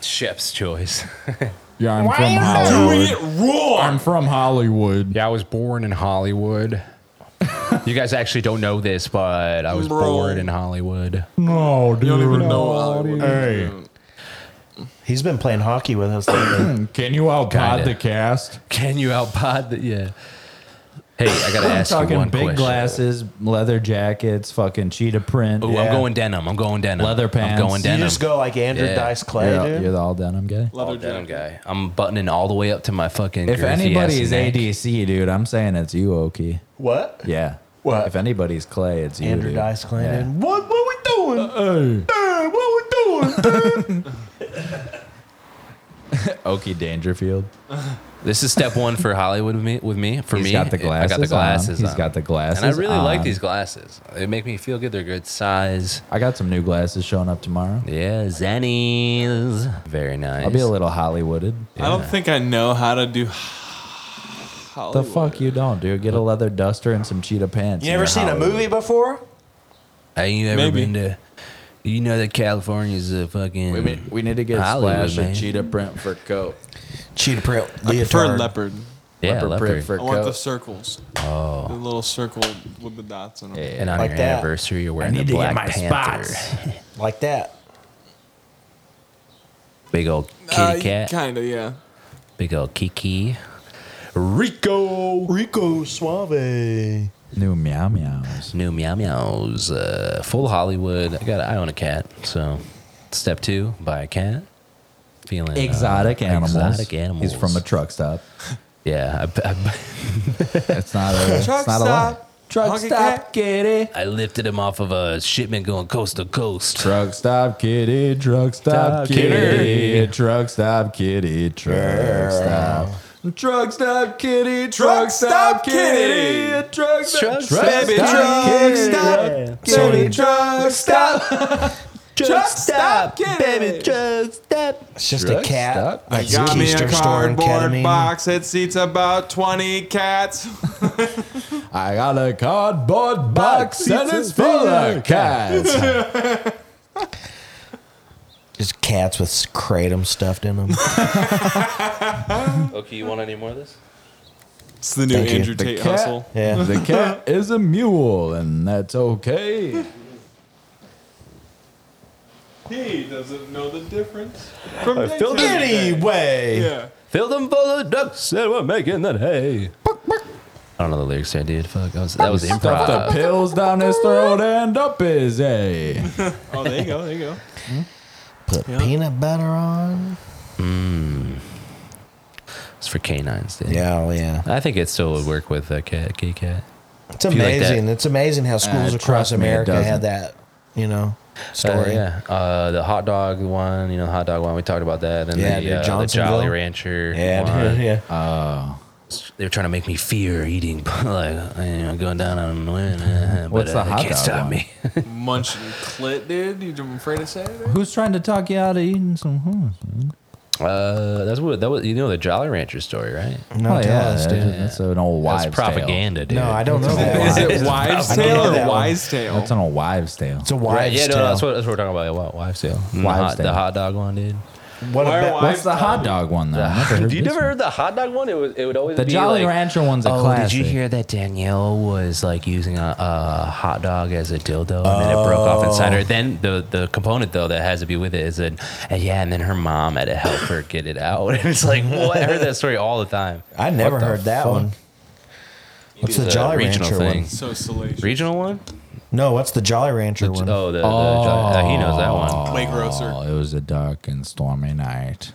Speaker 4: Chef's choice.
Speaker 5: Yeah, I'm from Hollywood.
Speaker 3: Doing it wrong.
Speaker 5: I'm from Hollywood.
Speaker 4: Yeah, I was born in Hollywood. you guys actually don't know this, but I was
Speaker 3: Bro.
Speaker 4: born in Hollywood.
Speaker 5: No, dude.
Speaker 3: You don't even know Hollywood.
Speaker 5: Hey.
Speaker 6: He's been playing hockey with us lately.
Speaker 5: Can you outpod
Speaker 4: Kinda.
Speaker 5: the cast?
Speaker 4: Can you outpod the yeah? Hey, I gotta
Speaker 5: I'm
Speaker 4: ask you
Speaker 5: talking
Speaker 4: one
Speaker 5: big
Speaker 4: question.
Speaker 5: glasses, leather jackets, fucking cheetah print.
Speaker 4: Ooh,
Speaker 5: Yeah.
Speaker 4: I'm going denim. I'm going denim.
Speaker 5: Leather pants.
Speaker 4: I'm going
Speaker 5: You
Speaker 6: you
Speaker 4: denim.
Speaker 6: just go like Andrew
Speaker 4: Yeah.
Speaker 6: Dice Clay,
Speaker 5: You're,
Speaker 6: dude.
Speaker 5: you're the all denim guy.
Speaker 4: all
Speaker 3: Leather
Speaker 4: denim
Speaker 3: jacket.
Speaker 4: guy. I'm buttoning all the way up to my fucking.
Speaker 5: If
Speaker 4: girthy ass
Speaker 5: anybody's
Speaker 4: neck.
Speaker 5: ADC, dude, I'm saying it's you, Oki.
Speaker 6: what?
Speaker 5: Yeah.
Speaker 6: What?
Speaker 5: If anybody's Clay, it's you.
Speaker 6: Andrew
Speaker 5: dude.
Speaker 6: Dice Clay,
Speaker 5: Yeah.
Speaker 6: dude. What, what we doing?
Speaker 5: Oki Dangerfield.
Speaker 4: this is step one for Hollywood with me. With me, for
Speaker 5: He's
Speaker 4: me,
Speaker 5: got the
Speaker 4: I got the
Speaker 5: glasses on.
Speaker 4: glasses.
Speaker 5: He's
Speaker 4: on.
Speaker 5: got the glasses
Speaker 4: and I really like
Speaker 5: on.
Speaker 4: these glasses. They make me feel good. They're good size.
Speaker 5: I got some new glasses showing up tomorrow.
Speaker 4: Yeah, zennies. Very nice.
Speaker 5: I'll be a little Hollywooded.
Speaker 3: I don't think I know how to do
Speaker 5: The
Speaker 3: Hollywood.
Speaker 5: fuck you don't, dude. Get a leather duster and some cheetah pants.
Speaker 6: You
Speaker 5: and
Speaker 6: ever
Speaker 5: you're
Speaker 6: seen a
Speaker 5: Hollywood.
Speaker 6: movie before?
Speaker 4: Have you ever
Speaker 3: Maybe.
Speaker 4: been to? You know that California's a fucking.
Speaker 5: We, we- we need to get a
Speaker 4: Hollywood,
Speaker 5: splash of
Speaker 4: man.
Speaker 5: cheetah print for coat.
Speaker 6: Cheetah print
Speaker 3: I prefer
Speaker 6: leotard.
Speaker 3: leopard.
Speaker 4: yeah,
Speaker 5: leopard print
Speaker 4: leopard.
Speaker 5: for
Speaker 3: I want the
Speaker 5: coat.
Speaker 3: circles. Oh. The little circle with the dots in them.
Speaker 4: and on
Speaker 6: Like
Speaker 4: your
Speaker 6: that.
Speaker 4: anniversary, you're wearing the Black Panther.
Speaker 6: like that.
Speaker 4: Big old kitty
Speaker 3: Uh,
Speaker 4: cat.
Speaker 3: Kinda, yeah.
Speaker 4: Big old Kiki. Rico.
Speaker 6: Rico Suave.
Speaker 5: New meow meows.
Speaker 4: New meow meows. Uh, full Hollywood. I got. I own a cat. So, step two, buy a cat. Feeling uh,
Speaker 5: Exotic animals.
Speaker 4: Exotic animals.
Speaker 5: He's from a truck stop.
Speaker 4: yeah. I, I,
Speaker 5: It's not a. it's
Speaker 3: Truck
Speaker 5: not a
Speaker 3: stop.
Speaker 5: lot. Truck
Speaker 3: Honky
Speaker 5: stop,
Speaker 3: cat.
Speaker 5: kitty.
Speaker 4: I lifted him off of a shipment going coast to coast.
Speaker 5: Truck stop, kitty. Truck
Speaker 4: Stop,
Speaker 5: stop,
Speaker 4: kitty.
Speaker 5: kitty. Truck stop, kitty. Truck stop.
Speaker 2: Truck stop kitty, truck stop kitty, truck stop baby, truck stop kitty, truck stop, truck stop kitty,
Speaker 7: truck stop.
Speaker 6: It's just a
Speaker 2: Truck
Speaker 6: cat.
Speaker 2: stop.
Speaker 6: at
Speaker 3: I got me a
Speaker 6: Keystone store in
Speaker 3: cardboard
Speaker 6: ketamine.
Speaker 3: box. It seats about 20 cats.
Speaker 5: I got a cardboard box and it's full of cats.
Speaker 6: Just cats with kratom stuffed in them.
Speaker 4: Okay, you want any more of this?
Speaker 3: It's the new
Speaker 6: Thank you.
Speaker 3: Andrew
Speaker 5: The
Speaker 3: Tate
Speaker 5: cat
Speaker 3: hustle.
Speaker 6: Yeah.
Speaker 5: The cat is a mule, and that's okay.
Speaker 3: He doesn't know the difference. From I
Speaker 6: Anyway.
Speaker 3: Yeah.
Speaker 4: Fill them full of ducks and we're making that hay. I don't know the lyrics there, dude. Fuck, that was, that was
Speaker 5: Stuff the
Speaker 4: improv.
Speaker 5: pills down his throat and up his A.
Speaker 3: Oh, there you go. There you go.
Speaker 6: Put peanut butter on.
Speaker 4: It's for canines, dude.
Speaker 6: Yeah, oh, yeah.
Speaker 4: I think it still would work with a cat, kitty cat.
Speaker 6: It's
Speaker 4: you like that-
Speaker 6: amazing. it's amazing how schools
Speaker 5: Uh,
Speaker 6: across
Speaker 5: trust me, it
Speaker 6: America had
Speaker 5: doesn't.
Speaker 6: that, you know,
Speaker 4: Uh,
Speaker 6: story.
Speaker 4: yeah, uh, the hot dog one, you know, hot dog one. We talked about that, and
Speaker 6: Yeah, dude,
Speaker 4: the, uh, the
Speaker 6: Johnsonville.
Speaker 4: Jolly Rancher.
Speaker 6: Yeah,
Speaker 4: one.
Speaker 6: dude, yeah.
Speaker 5: Uh,
Speaker 4: They were trying to make me fear eating, like you know, going down on the wind. uh, But,
Speaker 5: What's
Speaker 4: uh,
Speaker 5: the hot
Speaker 4: they can't
Speaker 5: dog
Speaker 4: stop
Speaker 5: one?
Speaker 4: me.
Speaker 3: Munching clit, dude. You afraid to say that?
Speaker 5: Who's trying to talk you out of eating some horse?
Speaker 4: Uh, that's what that was. You know, the Jolly Rancher story, right?
Speaker 6: No, tell us,
Speaker 5: that's,
Speaker 6: Oh, dude.
Speaker 5: that's an old wives'
Speaker 4: That's
Speaker 5: tale.
Speaker 4: propaganda, dude.
Speaker 6: No, I don't know that.
Speaker 3: Is
Speaker 6: one.
Speaker 3: it wives'
Speaker 6: I don't
Speaker 3: tale
Speaker 6: know
Speaker 3: or
Speaker 6: that one.
Speaker 3: wise tale?
Speaker 5: That's an old wives' tale. Mm.
Speaker 6: It's a wives'
Speaker 4: Right, yeah,
Speaker 6: tale.
Speaker 4: no, that's what, that's what we're talking about. Yeah, wives tale. And the
Speaker 5: Wives
Speaker 4: hot- The
Speaker 5: tale.
Speaker 4: hot dog one, dude.
Speaker 6: what
Speaker 3: Why are
Speaker 6: about,
Speaker 5: What's the hot dog one though? I never heard
Speaker 4: Have you
Speaker 5: this
Speaker 4: never
Speaker 5: one.
Speaker 4: heard the hot dog one? It was. It would always
Speaker 5: The
Speaker 4: be
Speaker 5: Jolly
Speaker 4: like,
Speaker 5: Rancher one's a
Speaker 4: oh, did
Speaker 5: classic.
Speaker 4: you hear that Danielle was like using a, a hot dog as a dildo, and then it broke off inside her? Then the the component though that has to be with it is that and yeah, and then her mom had to help her get it out. it's like what? I heard that story all the time.
Speaker 6: I never heard that one. What's the
Speaker 4: The
Speaker 6: Jolly
Speaker 4: regional
Speaker 6: Rancher
Speaker 4: thing.
Speaker 6: one?
Speaker 3: So salacious.
Speaker 4: Regional one?
Speaker 6: No, what's the Jolly Rancher
Speaker 4: The-
Speaker 6: one?
Speaker 4: oh, the, the Jolly- uh, he knows that one.
Speaker 3: Way grosser.
Speaker 5: Oh, it was a dark and stormy night.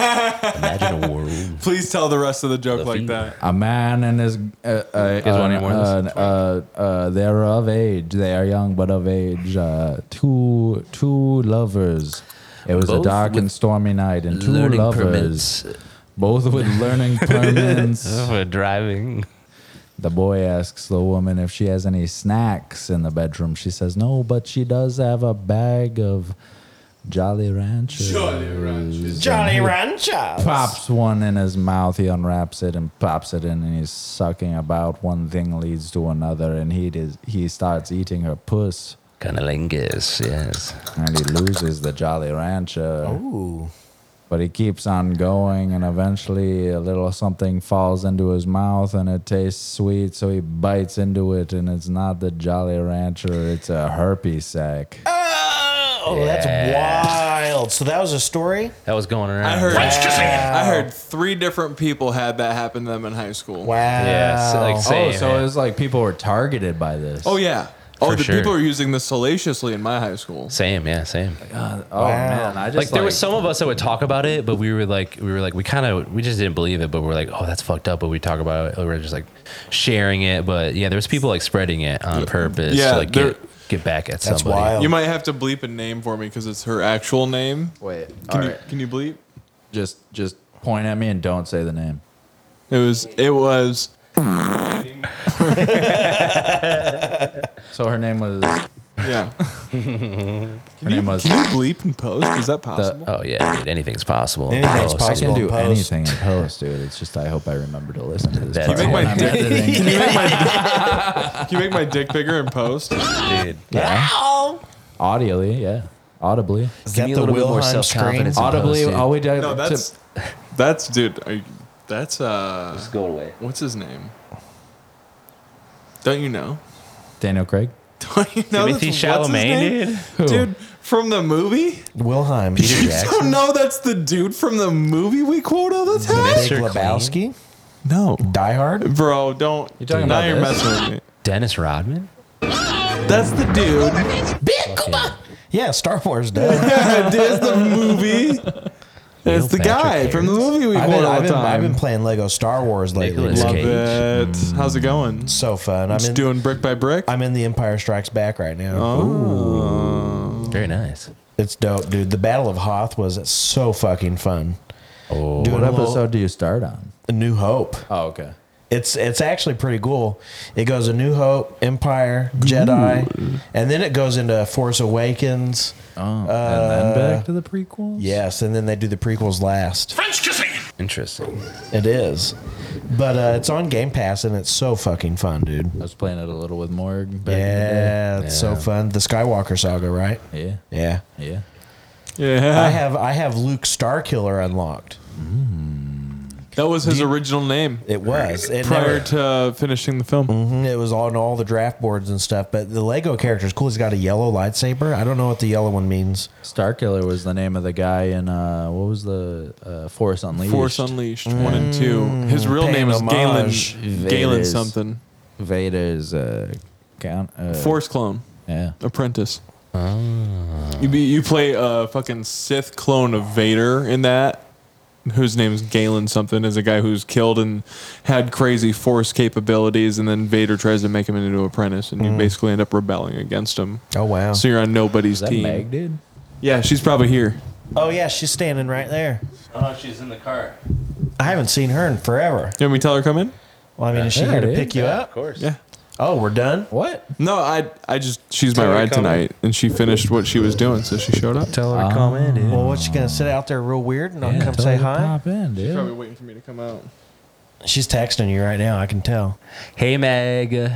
Speaker 4: Imagine a world.
Speaker 3: Please tell the rest of the joke
Speaker 4: The
Speaker 3: like
Speaker 4: feet.
Speaker 3: that.
Speaker 5: A man and his uh, uh,
Speaker 4: guys want any more of
Speaker 5: uh, uh, uh, they're of age. They are young but of age. Uh, two two lovers. It was
Speaker 4: Both
Speaker 5: a dark
Speaker 4: with
Speaker 5: and stormy night, and two
Speaker 4: learning
Speaker 5: lovers,
Speaker 4: permits.
Speaker 5: both with learning permits.
Speaker 4: For driving.
Speaker 5: The boy asks the woman if she has any snacks in the bedroom. She says no, but she does have a bag of Jolly Ranchers. Jolly Ranchers.
Speaker 6: Jolly Rancher.
Speaker 5: pops one in his mouth. He unwraps it and pops it in, and he's sucking about. One thing leads to another, and he does, he starts eating her puss,
Speaker 4: Cunnilingus, yes.
Speaker 5: and he loses the Jolly Rancher.
Speaker 4: Oh.
Speaker 6: Ooh.
Speaker 5: But he keeps on going, and eventually a little something falls into his mouth, and it tastes sweet. So he bites into it, and it's not the Jolly Rancher; it's a herpes sack.
Speaker 6: Oh, that's wild. So that was a story?
Speaker 4: That was going around.
Speaker 3: I heard.
Speaker 6: Wow.
Speaker 3: I heard three different people had that happen to them in high school.
Speaker 6: Wow.
Speaker 4: Yeah, so, like,
Speaker 5: Oh,
Speaker 4: same,
Speaker 5: so it was like people were targeted by this.
Speaker 3: Oh yeah. Oh,
Speaker 4: For
Speaker 3: the
Speaker 4: sure.
Speaker 3: people are using this salaciously in my high school.
Speaker 4: Same, yeah, same.
Speaker 5: oh man! I just
Speaker 4: like there was some of us that would talk about it, but we were like, we were like, we kind of, we just didn't believe it, but we are like, oh, that's fucked up. But we talk about it, we are just like sharing it. But yeah, there was people like spreading it on purpose
Speaker 3: Yeah,
Speaker 4: to like
Speaker 3: there-
Speaker 4: get, get back at
Speaker 6: That's
Speaker 4: somebody.
Speaker 6: wild.
Speaker 3: You might have to bleep a name for me because it's her actual name.
Speaker 5: wait.
Speaker 3: Can you can you bleep?
Speaker 5: just just point at me and don't say the name.
Speaker 3: It was it was
Speaker 5: So her name was her
Speaker 3: yeah.
Speaker 5: name was
Speaker 3: Can you bleep and post? Is that possible?
Speaker 4: Oh yeah, dude, anything's possible.
Speaker 6: Anything's
Speaker 4: Oh,
Speaker 6: possible.
Speaker 5: I can do
Speaker 6: Post.
Speaker 5: anything in post, dude. It's just I hope I remember to listen to this.
Speaker 4: That's
Speaker 5: part
Speaker 4: You
Speaker 3: make my
Speaker 5: when I'm
Speaker 3: dick-
Speaker 5: editing.
Speaker 3: Can you make my dick bigger and post?
Speaker 4: so- dude.
Speaker 5: Audibly, yeah, audibly,
Speaker 6: Is
Speaker 4: Give
Speaker 6: that
Speaker 4: me a
Speaker 6: the
Speaker 4: little bit more
Speaker 6: Wilhelm scream?
Speaker 4: self-confidence.
Speaker 5: audibly.
Speaker 4: post, dude.
Speaker 5: All we did.
Speaker 3: No,
Speaker 5: to-
Speaker 3: that's that's dude. Are you, that's uh,
Speaker 4: Just go away.
Speaker 3: what's his name? Don't you know?
Speaker 5: Daniel Craig.
Speaker 3: Don't you know?
Speaker 4: Timothy
Speaker 3: that's- what's his
Speaker 4: Chalamet,
Speaker 3: name? dude. From the movie?
Speaker 6: Wilhelm.
Speaker 4: Peter
Speaker 3: Oh
Speaker 4: Jackson,
Speaker 3: no, that's the dude from the movie we quote all the time.
Speaker 6: Big
Speaker 4: Mr. Clean.
Speaker 6: Lebowski?
Speaker 3: No,
Speaker 6: Die Hard?
Speaker 3: bro, don't. You're
Speaker 5: talking
Speaker 3: now
Speaker 5: about
Speaker 3: you're
Speaker 5: this?
Speaker 3: messing with me.
Speaker 4: Dennis Rodman.
Speaker 3: That's the dude.
Speaker 6: Yeah, Star Wars does.
Speaker 3: Yeah, that's the movie. That's the
Speaker 4: Patrick
Speaker 3: guy from the movie we
Speaker 6: I've,
Speaker 3: quote
Speaker 6: been,
Speaker 3: all
Speaker 6: I've,
Speaker 3: the
Speaker 6: been,
Speaker 3: time.
Speaker 6: I've been playing Lego Star Wars lately.
Speaker 4: Nicholas
Speaker 6: Love
Speaker 3: Love
Speaker 6: it.
Speaker 4: Cage.
Speaker 3: it. How's it going? It's
Speaker 6: So fun. I'm in,
Speaker 3: doing brick by brick.
Speaker 6: I'm in The Empire Strikes Back right
Speaker 4: Oh,
Speaker 6: now.
Speaker 4: Very nice.
Speaker 6: It's dope, dude. The Battle of Hoth was so fucking fun.
Speaker 5: what
Speaker 6: doing a little-
Speaker 5: episode do you start on?
Speaker 6: A New Hope.
Speaker 5: Oh, okay.
Speaker 6: It's it's actually pretty cool. It goes a New Hope, Empire, Jedi, and then it goes into Force Awakens.
Speaker 5: Oh, and then back to the prequels.
Speaker 6: Yes, and then they do the prequels last.
Speaker 10: French kissing.
Speaker 4: Interesting.
Speaker 6: It is, but uh, it's on Game Pass and it's so fucking fun, dude.
Speaker 5: I was playing it a little with Morg. Back
Speaker 6: Yeah, it's so
Speaker 5: Yeah.
Speaker 6: fun. The Skywalker saga, right?
Speaker 5: In the day.
Speaker 6: Yeah.
Speaker 5: Yeah. Yeah.
Speaker 3: Yeah.
Speaker 5: Ah.
Speaker 6: I have I have Luke Starkiller unlocked.
Speaker 3: that was his original name
Speaker 6: It was it
Speaker 3: prior
Speaker 6: never-
Speaker 3: to finishing the film.
Speaker 6: Mhm, It was on all the draft boards and stuff, but the Lego character is cool. He's got a yellow lightsaber. I don't know what the yellow one means.
Speaker 5: Starkiller was the name of the guy in uh, what was the uh, Force Unleashed?
Speaker 3: Force Unleashed one and two. His real
Speaker 6: Mm. paying
Speaker 3: name is
Speaker 6: homage.
Speaker 3: Galen. Galen
Speaker 5: Vader's-
Speaker 3: something.
Speaker 5: Vader's uh, count. Uh,
Speaker 3: Force clone.
Speaker 5: Yeah.
Speaker 3: Apprentice. You be, you play a fucking Sith clone of Vader in that, whose name's Galen something, is a guy who's killed and had crazy force capabilities, and then Vader tries to make him into an apprentice, and
Speaker 6: Mm.
Speaker 3: you basically end up rebelling against him.
Speaker 6: Oh wow!
Speaker 3: So you're on nobody's
Speaker 5: Is that
Speaker 3: team.
Speaker 5: Meg, dude?
Speaker 3: Yeah, she's probably here.
Speaker 6: Oh yeah, she's standing right there.
Speaker 4: Oh, she's in the car.
Speaker 6: I haven't seen her in forever.
Speaker 3: You want me to tell her come in?
Speaker 6: Well, I mean, is she
Speaker 5: Yeah,
Speaker 6: here to
Speaker 5: dude.
Speaker 6: pick you
Speaker 4: Yeah, of
Speaker 6: up?
Speaker 4: course.
Speaker 3: Yeah.
Speaker 6: Oh, we're done.
Speaker 5: What?
Speaker 3: No, I I just she's my
Speaker 4: Tell her to
Speaker 3: ride
Speaker 4: come in.
Speaker 3: tonight, and she finished what she was doing, so she showed up.
Speaker 4: Tell her to come in, dude.
Speaker 6: Well, what's she gonna sit out there real weird and not
Speaker 5: Uh, Yeah,
Speaker 6: come
Speaker 5: tell
Speaker 6: say
Speaker 5: her to
Speaker 6: hi?
Speaker 5: Pop in, dude.
Speaker 3: Probably waiting for me to come out.
Speaker 6: She's texting you right now. I can tell.
Speaker 4: Hey, Meg. You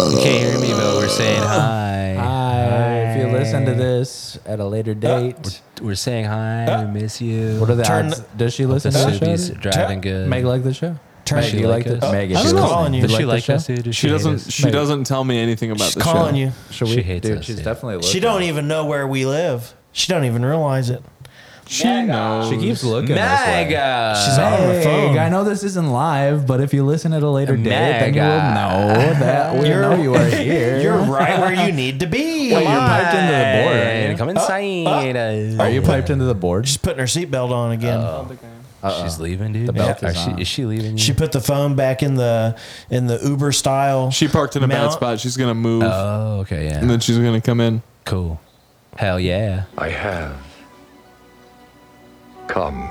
Speaker 4: can't hear me, but we're saying hi.
Speaker 5: Hi. If you listen to this at a later date,
Speaker 4: We're saying hi. we miss you.
Speaker 5: what are the
Speaker 6: turn-
Speaker 5: odds? Does she listen to
Speaker 4: Hope
Speaker 5: the
Speaker 4: this is
Speaker 5: show?
Speaker 4: driving good.
Speaker 5: Meg like the show.
Speaker 6: Turn-
Speaker 5: Meg, do you
Speaker 4: She
Speaker 5: like
Speaker 4: like
Speaker 5: it?
Speaker 4: us?
Speaker 5: Meg,
Speaker 6: I
Speaker 5: if
Speaker 6: don't
Speaker 5: you
Speaker 6: know.
Speaker 5: listen-
Speaker 6: Calling you.
Speaker 5: do
Speaker 4: Does she like
Speaker 5: the
Speaker 4: us,
Speaker 5: show?
Speaker 4: dude? Does
Speaker 3: She
Speaker 4: hate
Speaker 3: doesn't.
Speaker 4: us?
Speaker 3: She doesn't tell me anything about
Speaker 6: She's
Speaker 3: the
Speaker 6: calling
Speaker 3: show.
Speaker 6: you.
Speaker 5: Should
Speaker 4: She
Speaker 5: we-
Speaker 4: hates
Speaker 5: dude,
Speaker 4: us,
Speaker 5: she's
Speaker 4: dude.
Speaker 5: definitely looking.
Speaker 6: She don't even know where we live. She don't even realize it.
Speaker 3: She knows.
Speaker 5: She keeps looking. This way.
Speaker 4: Meg.
Speaker 6: She's on her phone.
Speaker 5: Meg, I know this isn't live, but if you listen at a later date, then you will
Speaker 4: Mega.
Speaker 5: know that we know you are here.
Speaker 6: You're right where you need to be.
Speaker 5: Wait, you're piped into the board. Oh, aren't
Speaker 4: And
Speaker 5: you?
Speaker 4: come inside.
Speaker 5: Uh, Are you piped into the board?
Speaker 6: She's putting her seatbelt on again.
Speaker 4: Uh, She's leaving, dude.
Speaker 5: uh-uh. belt
Speaker 4: Yeah.
Speaker 5: is
Speaker 4: Are she-
Speaker 5: on.
Speaker 4: is she leaving?
Speaker 6: She
Speaker 3: Mm.
Speaker 4: you?
Speaker 6: put the phone back in the in the Uber style.
Speaker 3: She parked in a bad
Speaker 6: Mount-
Speaker 3: spot. She's gonna move,
Speaker 4: Oh, okay,
Speaker 3: and
Speaker 4: yeah.
Speaker 3: then she's gonna come in.
Speaker 4: Cool. Hell yeah.
Speaker 11: I have come.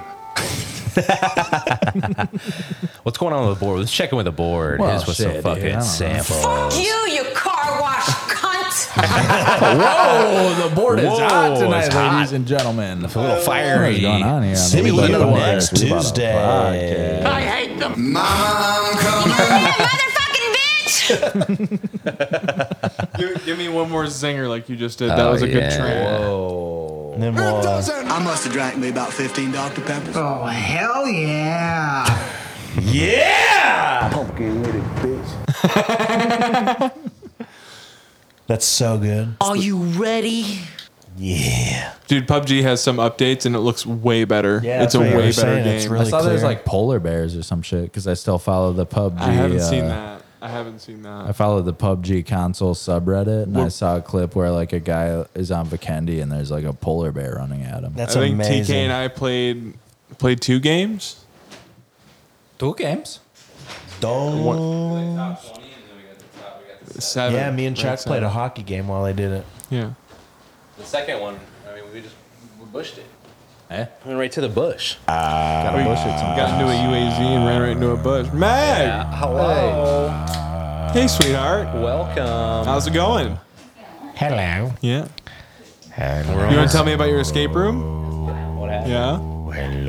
Speaker 4: What's going on with the board? Let's check in with the board.
Speaker 5: Well,
Speaker 4: Here's what's
Speaker 5: shit,
Speaker 4: the
Speaker 5: dude, I
Speaker 4: fucking
Speaker 5: don't know.
Speaker 4: sample.
Speaker 12: Fuck you, you car wash cunt.
Speaker 5: Whoa, the board is
Speaker 4: Whoa,
Speaker 5: hot tonight,
Speaker 4: it's hot.
Speaker 5: ladies and gentlemen. A little
Speaker 4: fiery.
Speaker 5: What is going on here? on
Speaker 6: See
Speaker 5: the
Speaker 6: you
Speaker 5: Weekly Podcast?
Speaker 6: next
Speaker 5: We bought a
Speaker 6: Tuesday.
Speaker 5: podcast.
Speaker 10: I hate them.
Speaker 12: Motherfucking bitch.
Speaker 3: Give, give me one more zinger like you just did.
Speaker 6: Oh,
Speaker 3: That was a good
Speaker 4: yeah.
Speaker 3: train.
Speaker 6: And then we'll, uh,
Speaker 10: I must have drank me about 15 Dr. Peppers.
Speaker 1: Oh, hell yeah.
Speaker 6: that's so good.
Speaker 1: Are you ready?
Speaker 3: Dude, PUBG has some updates and it looks way better.
Speaker 6: Yeah,
Speaker 3: it's
Speaker 6: that's
Speaker 3: a
Speaker 6: what you were
Speaker 3: way better
Speaker 6: saying.
Speaker 3: game.
Speaker 6: It's
Speaker 5: I
Speaker 6: really
Speaker 5: saw there's
Speaker 6: clear.
Speaker 5: like polar bears or some shit because I still follow the PUBG.
Speaker 3: I haven't seen
Speaker 5: uh,
Speaker 3: that. I haven't seen that.
Speaker 5: I followed the PUBG console subreddit and I
Speaker 3: Well-
Speaker 5: saw a clip where like a guy is on Vikendi and there's like a polar bear running at him.
Speaker 6: That's
Speaker 3: I think TK
Speaker 6: amazing.
Speaker 3: and I played played two games.
Speaker 5: Two games.
Speaker 6: Dol-
Speaker 3: Seven.
Speaker 6: yeah, me and Chuck
Speaker 3: Right,
Speaker 6: played a
Speaker 3: seven.
Speaker 6: hockey game while they did it.
Speaker 3: Yeah.
Speaker 4: The second one, I mean, we just we bushed it.
Speaker 5: Eh?
Speaker 4: Went right to the bush.
Speaker 5: Uh,
Speaker 3: Oh, We got into a UAZ and ran right into a bush. Meg!
Speaker 4: Uh, Hello.
Speaker 3: Hey, sweetheart.
Speaker 4: Welcome.
Speaker 3: How's it going?
Speaker 6: Hello.
Speaker 3: Yeah. You want to tell me about your escape room?
Speaker 4: What happened?
Speaker 3: Yeah.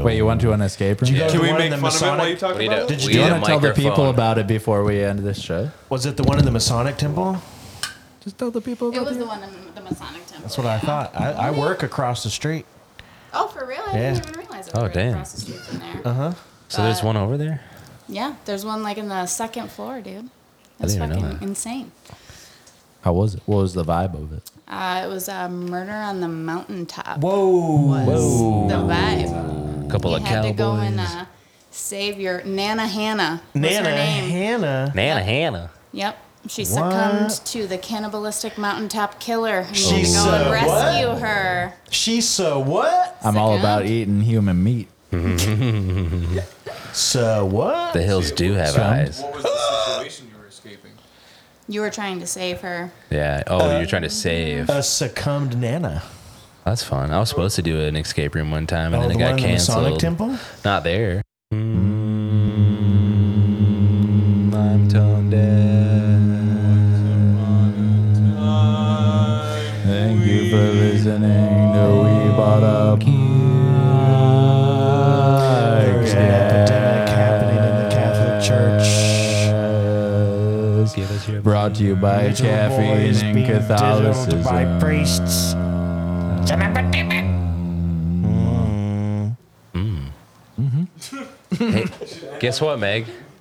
Speaker 5: Wait, you went to an escape room?
Speaker 6: go-
Speaker 3: Can we
Speaker 6: one
Speaker 3: make
Speaker 6: in the
Speaker 3: fun of it while
Speaker 6: Masonic-
Speaker 3: you talk
Speaker 4: We need
Speaker 3: about
Speaker 4: a-
Speaker 3: it?
Speaker 6: Did you
Speaker 4: we
Speaker 5: Do you
Speaker 4: need
Speaker 5: want
Speaker 4: a
Speaker 5: to tell the people
Speaker 4: microphone.
Speaker 5: about it before we end this show?
Speaker 6: Was it the one in the Masonic Temple?
Speaker 5: Just tell the people
Speaker 12: It
Speaker 5: about
Speaker 12: was the one in the Masonic temple.
Speaker 6: That's what I thought. I, I work across the street.
Speaker 12: Oh, for real? I
Speaker 6: Yeah.
Speaker 12: didn't even realize it.
Speaker 4: Oh,
Speaker 12: was right
Speaker 4: damn.
Speaker 12: Across the street from there. Uh-huh.
Speaker 4: So there's one over there?
Speaker 12: Yeah, there's one like in the second floor, dude. That's
Speaker 4: didn't even know
Speaker 12: fucking
Speaker 4: that.
Speaker 12: insane.
Speaker 5: How was it? What was the vibe of it?
Speaker 12: Uh, it was a murder on the mountaintop.
Speaker 6: Whoa.
Speaker 12: Was The vibe.
Speaker 4: A couple
Speaker 12: you
Speaker 4: of
Speaker 12: had
Speaker 4: cowboys.
Speaker 12: to go and uh, save your Nana Hannah. was
Speaker 6: Nana,
Speaker 12: her name.
Speaker 6: Hannah.
Speaker 4: Nana Hannah.
Speaker 12: Yep. She succumbed
Speaker 6: What?
Speaker 12: to the cannibalistic mountaintop killer. and
Speaker 6: She
Speaker 12: had to go
Speaker 6: said
Speaker 12: and
Speaker 6: what?
Speaker 12: rescue her.
Speaker 6: She's so what?
Speaker 5: I'm all
Speaker 12: Second.
Speaker 5: about eating human meat.
Speaker 6: So what?
Speaker 4: The hills do have eyes.
Speaker 3: What was the situation you were escaping?
Speaker 12: You were trying to save her.
Speaker 4: Yeah. Oh, you're trying to save.
Speaker 6: A succumbed Nana.
Speaker 4: That's fun. I was supposed to do an escape room one time, and
Speaker 6: Oh,
Speaker 4: then it
Speaker 6: the
Speaker 4: got
Speaker 6: one in the
Speaker 4: canceled.
Speaker 6: Masonic temple? Hmm.
Speaker 4: Not there. Mm, I'm tone deaf.
Speaker 5: Thank you for listening to We Bought a
Speaker 6: There's an epidemic happening in the Catholic Church.
Speaker 5: Brought to you by
Speaker 6: Digital
Speaker 5: Caffeine
Speaker 6: boys
Speaker 5: and
Speaker 6: being
Speaker 5: Catholicism.
Speaker 6: diddled by priests. It's an epidemic.
Speaker 4: Hey, guess what, Meg?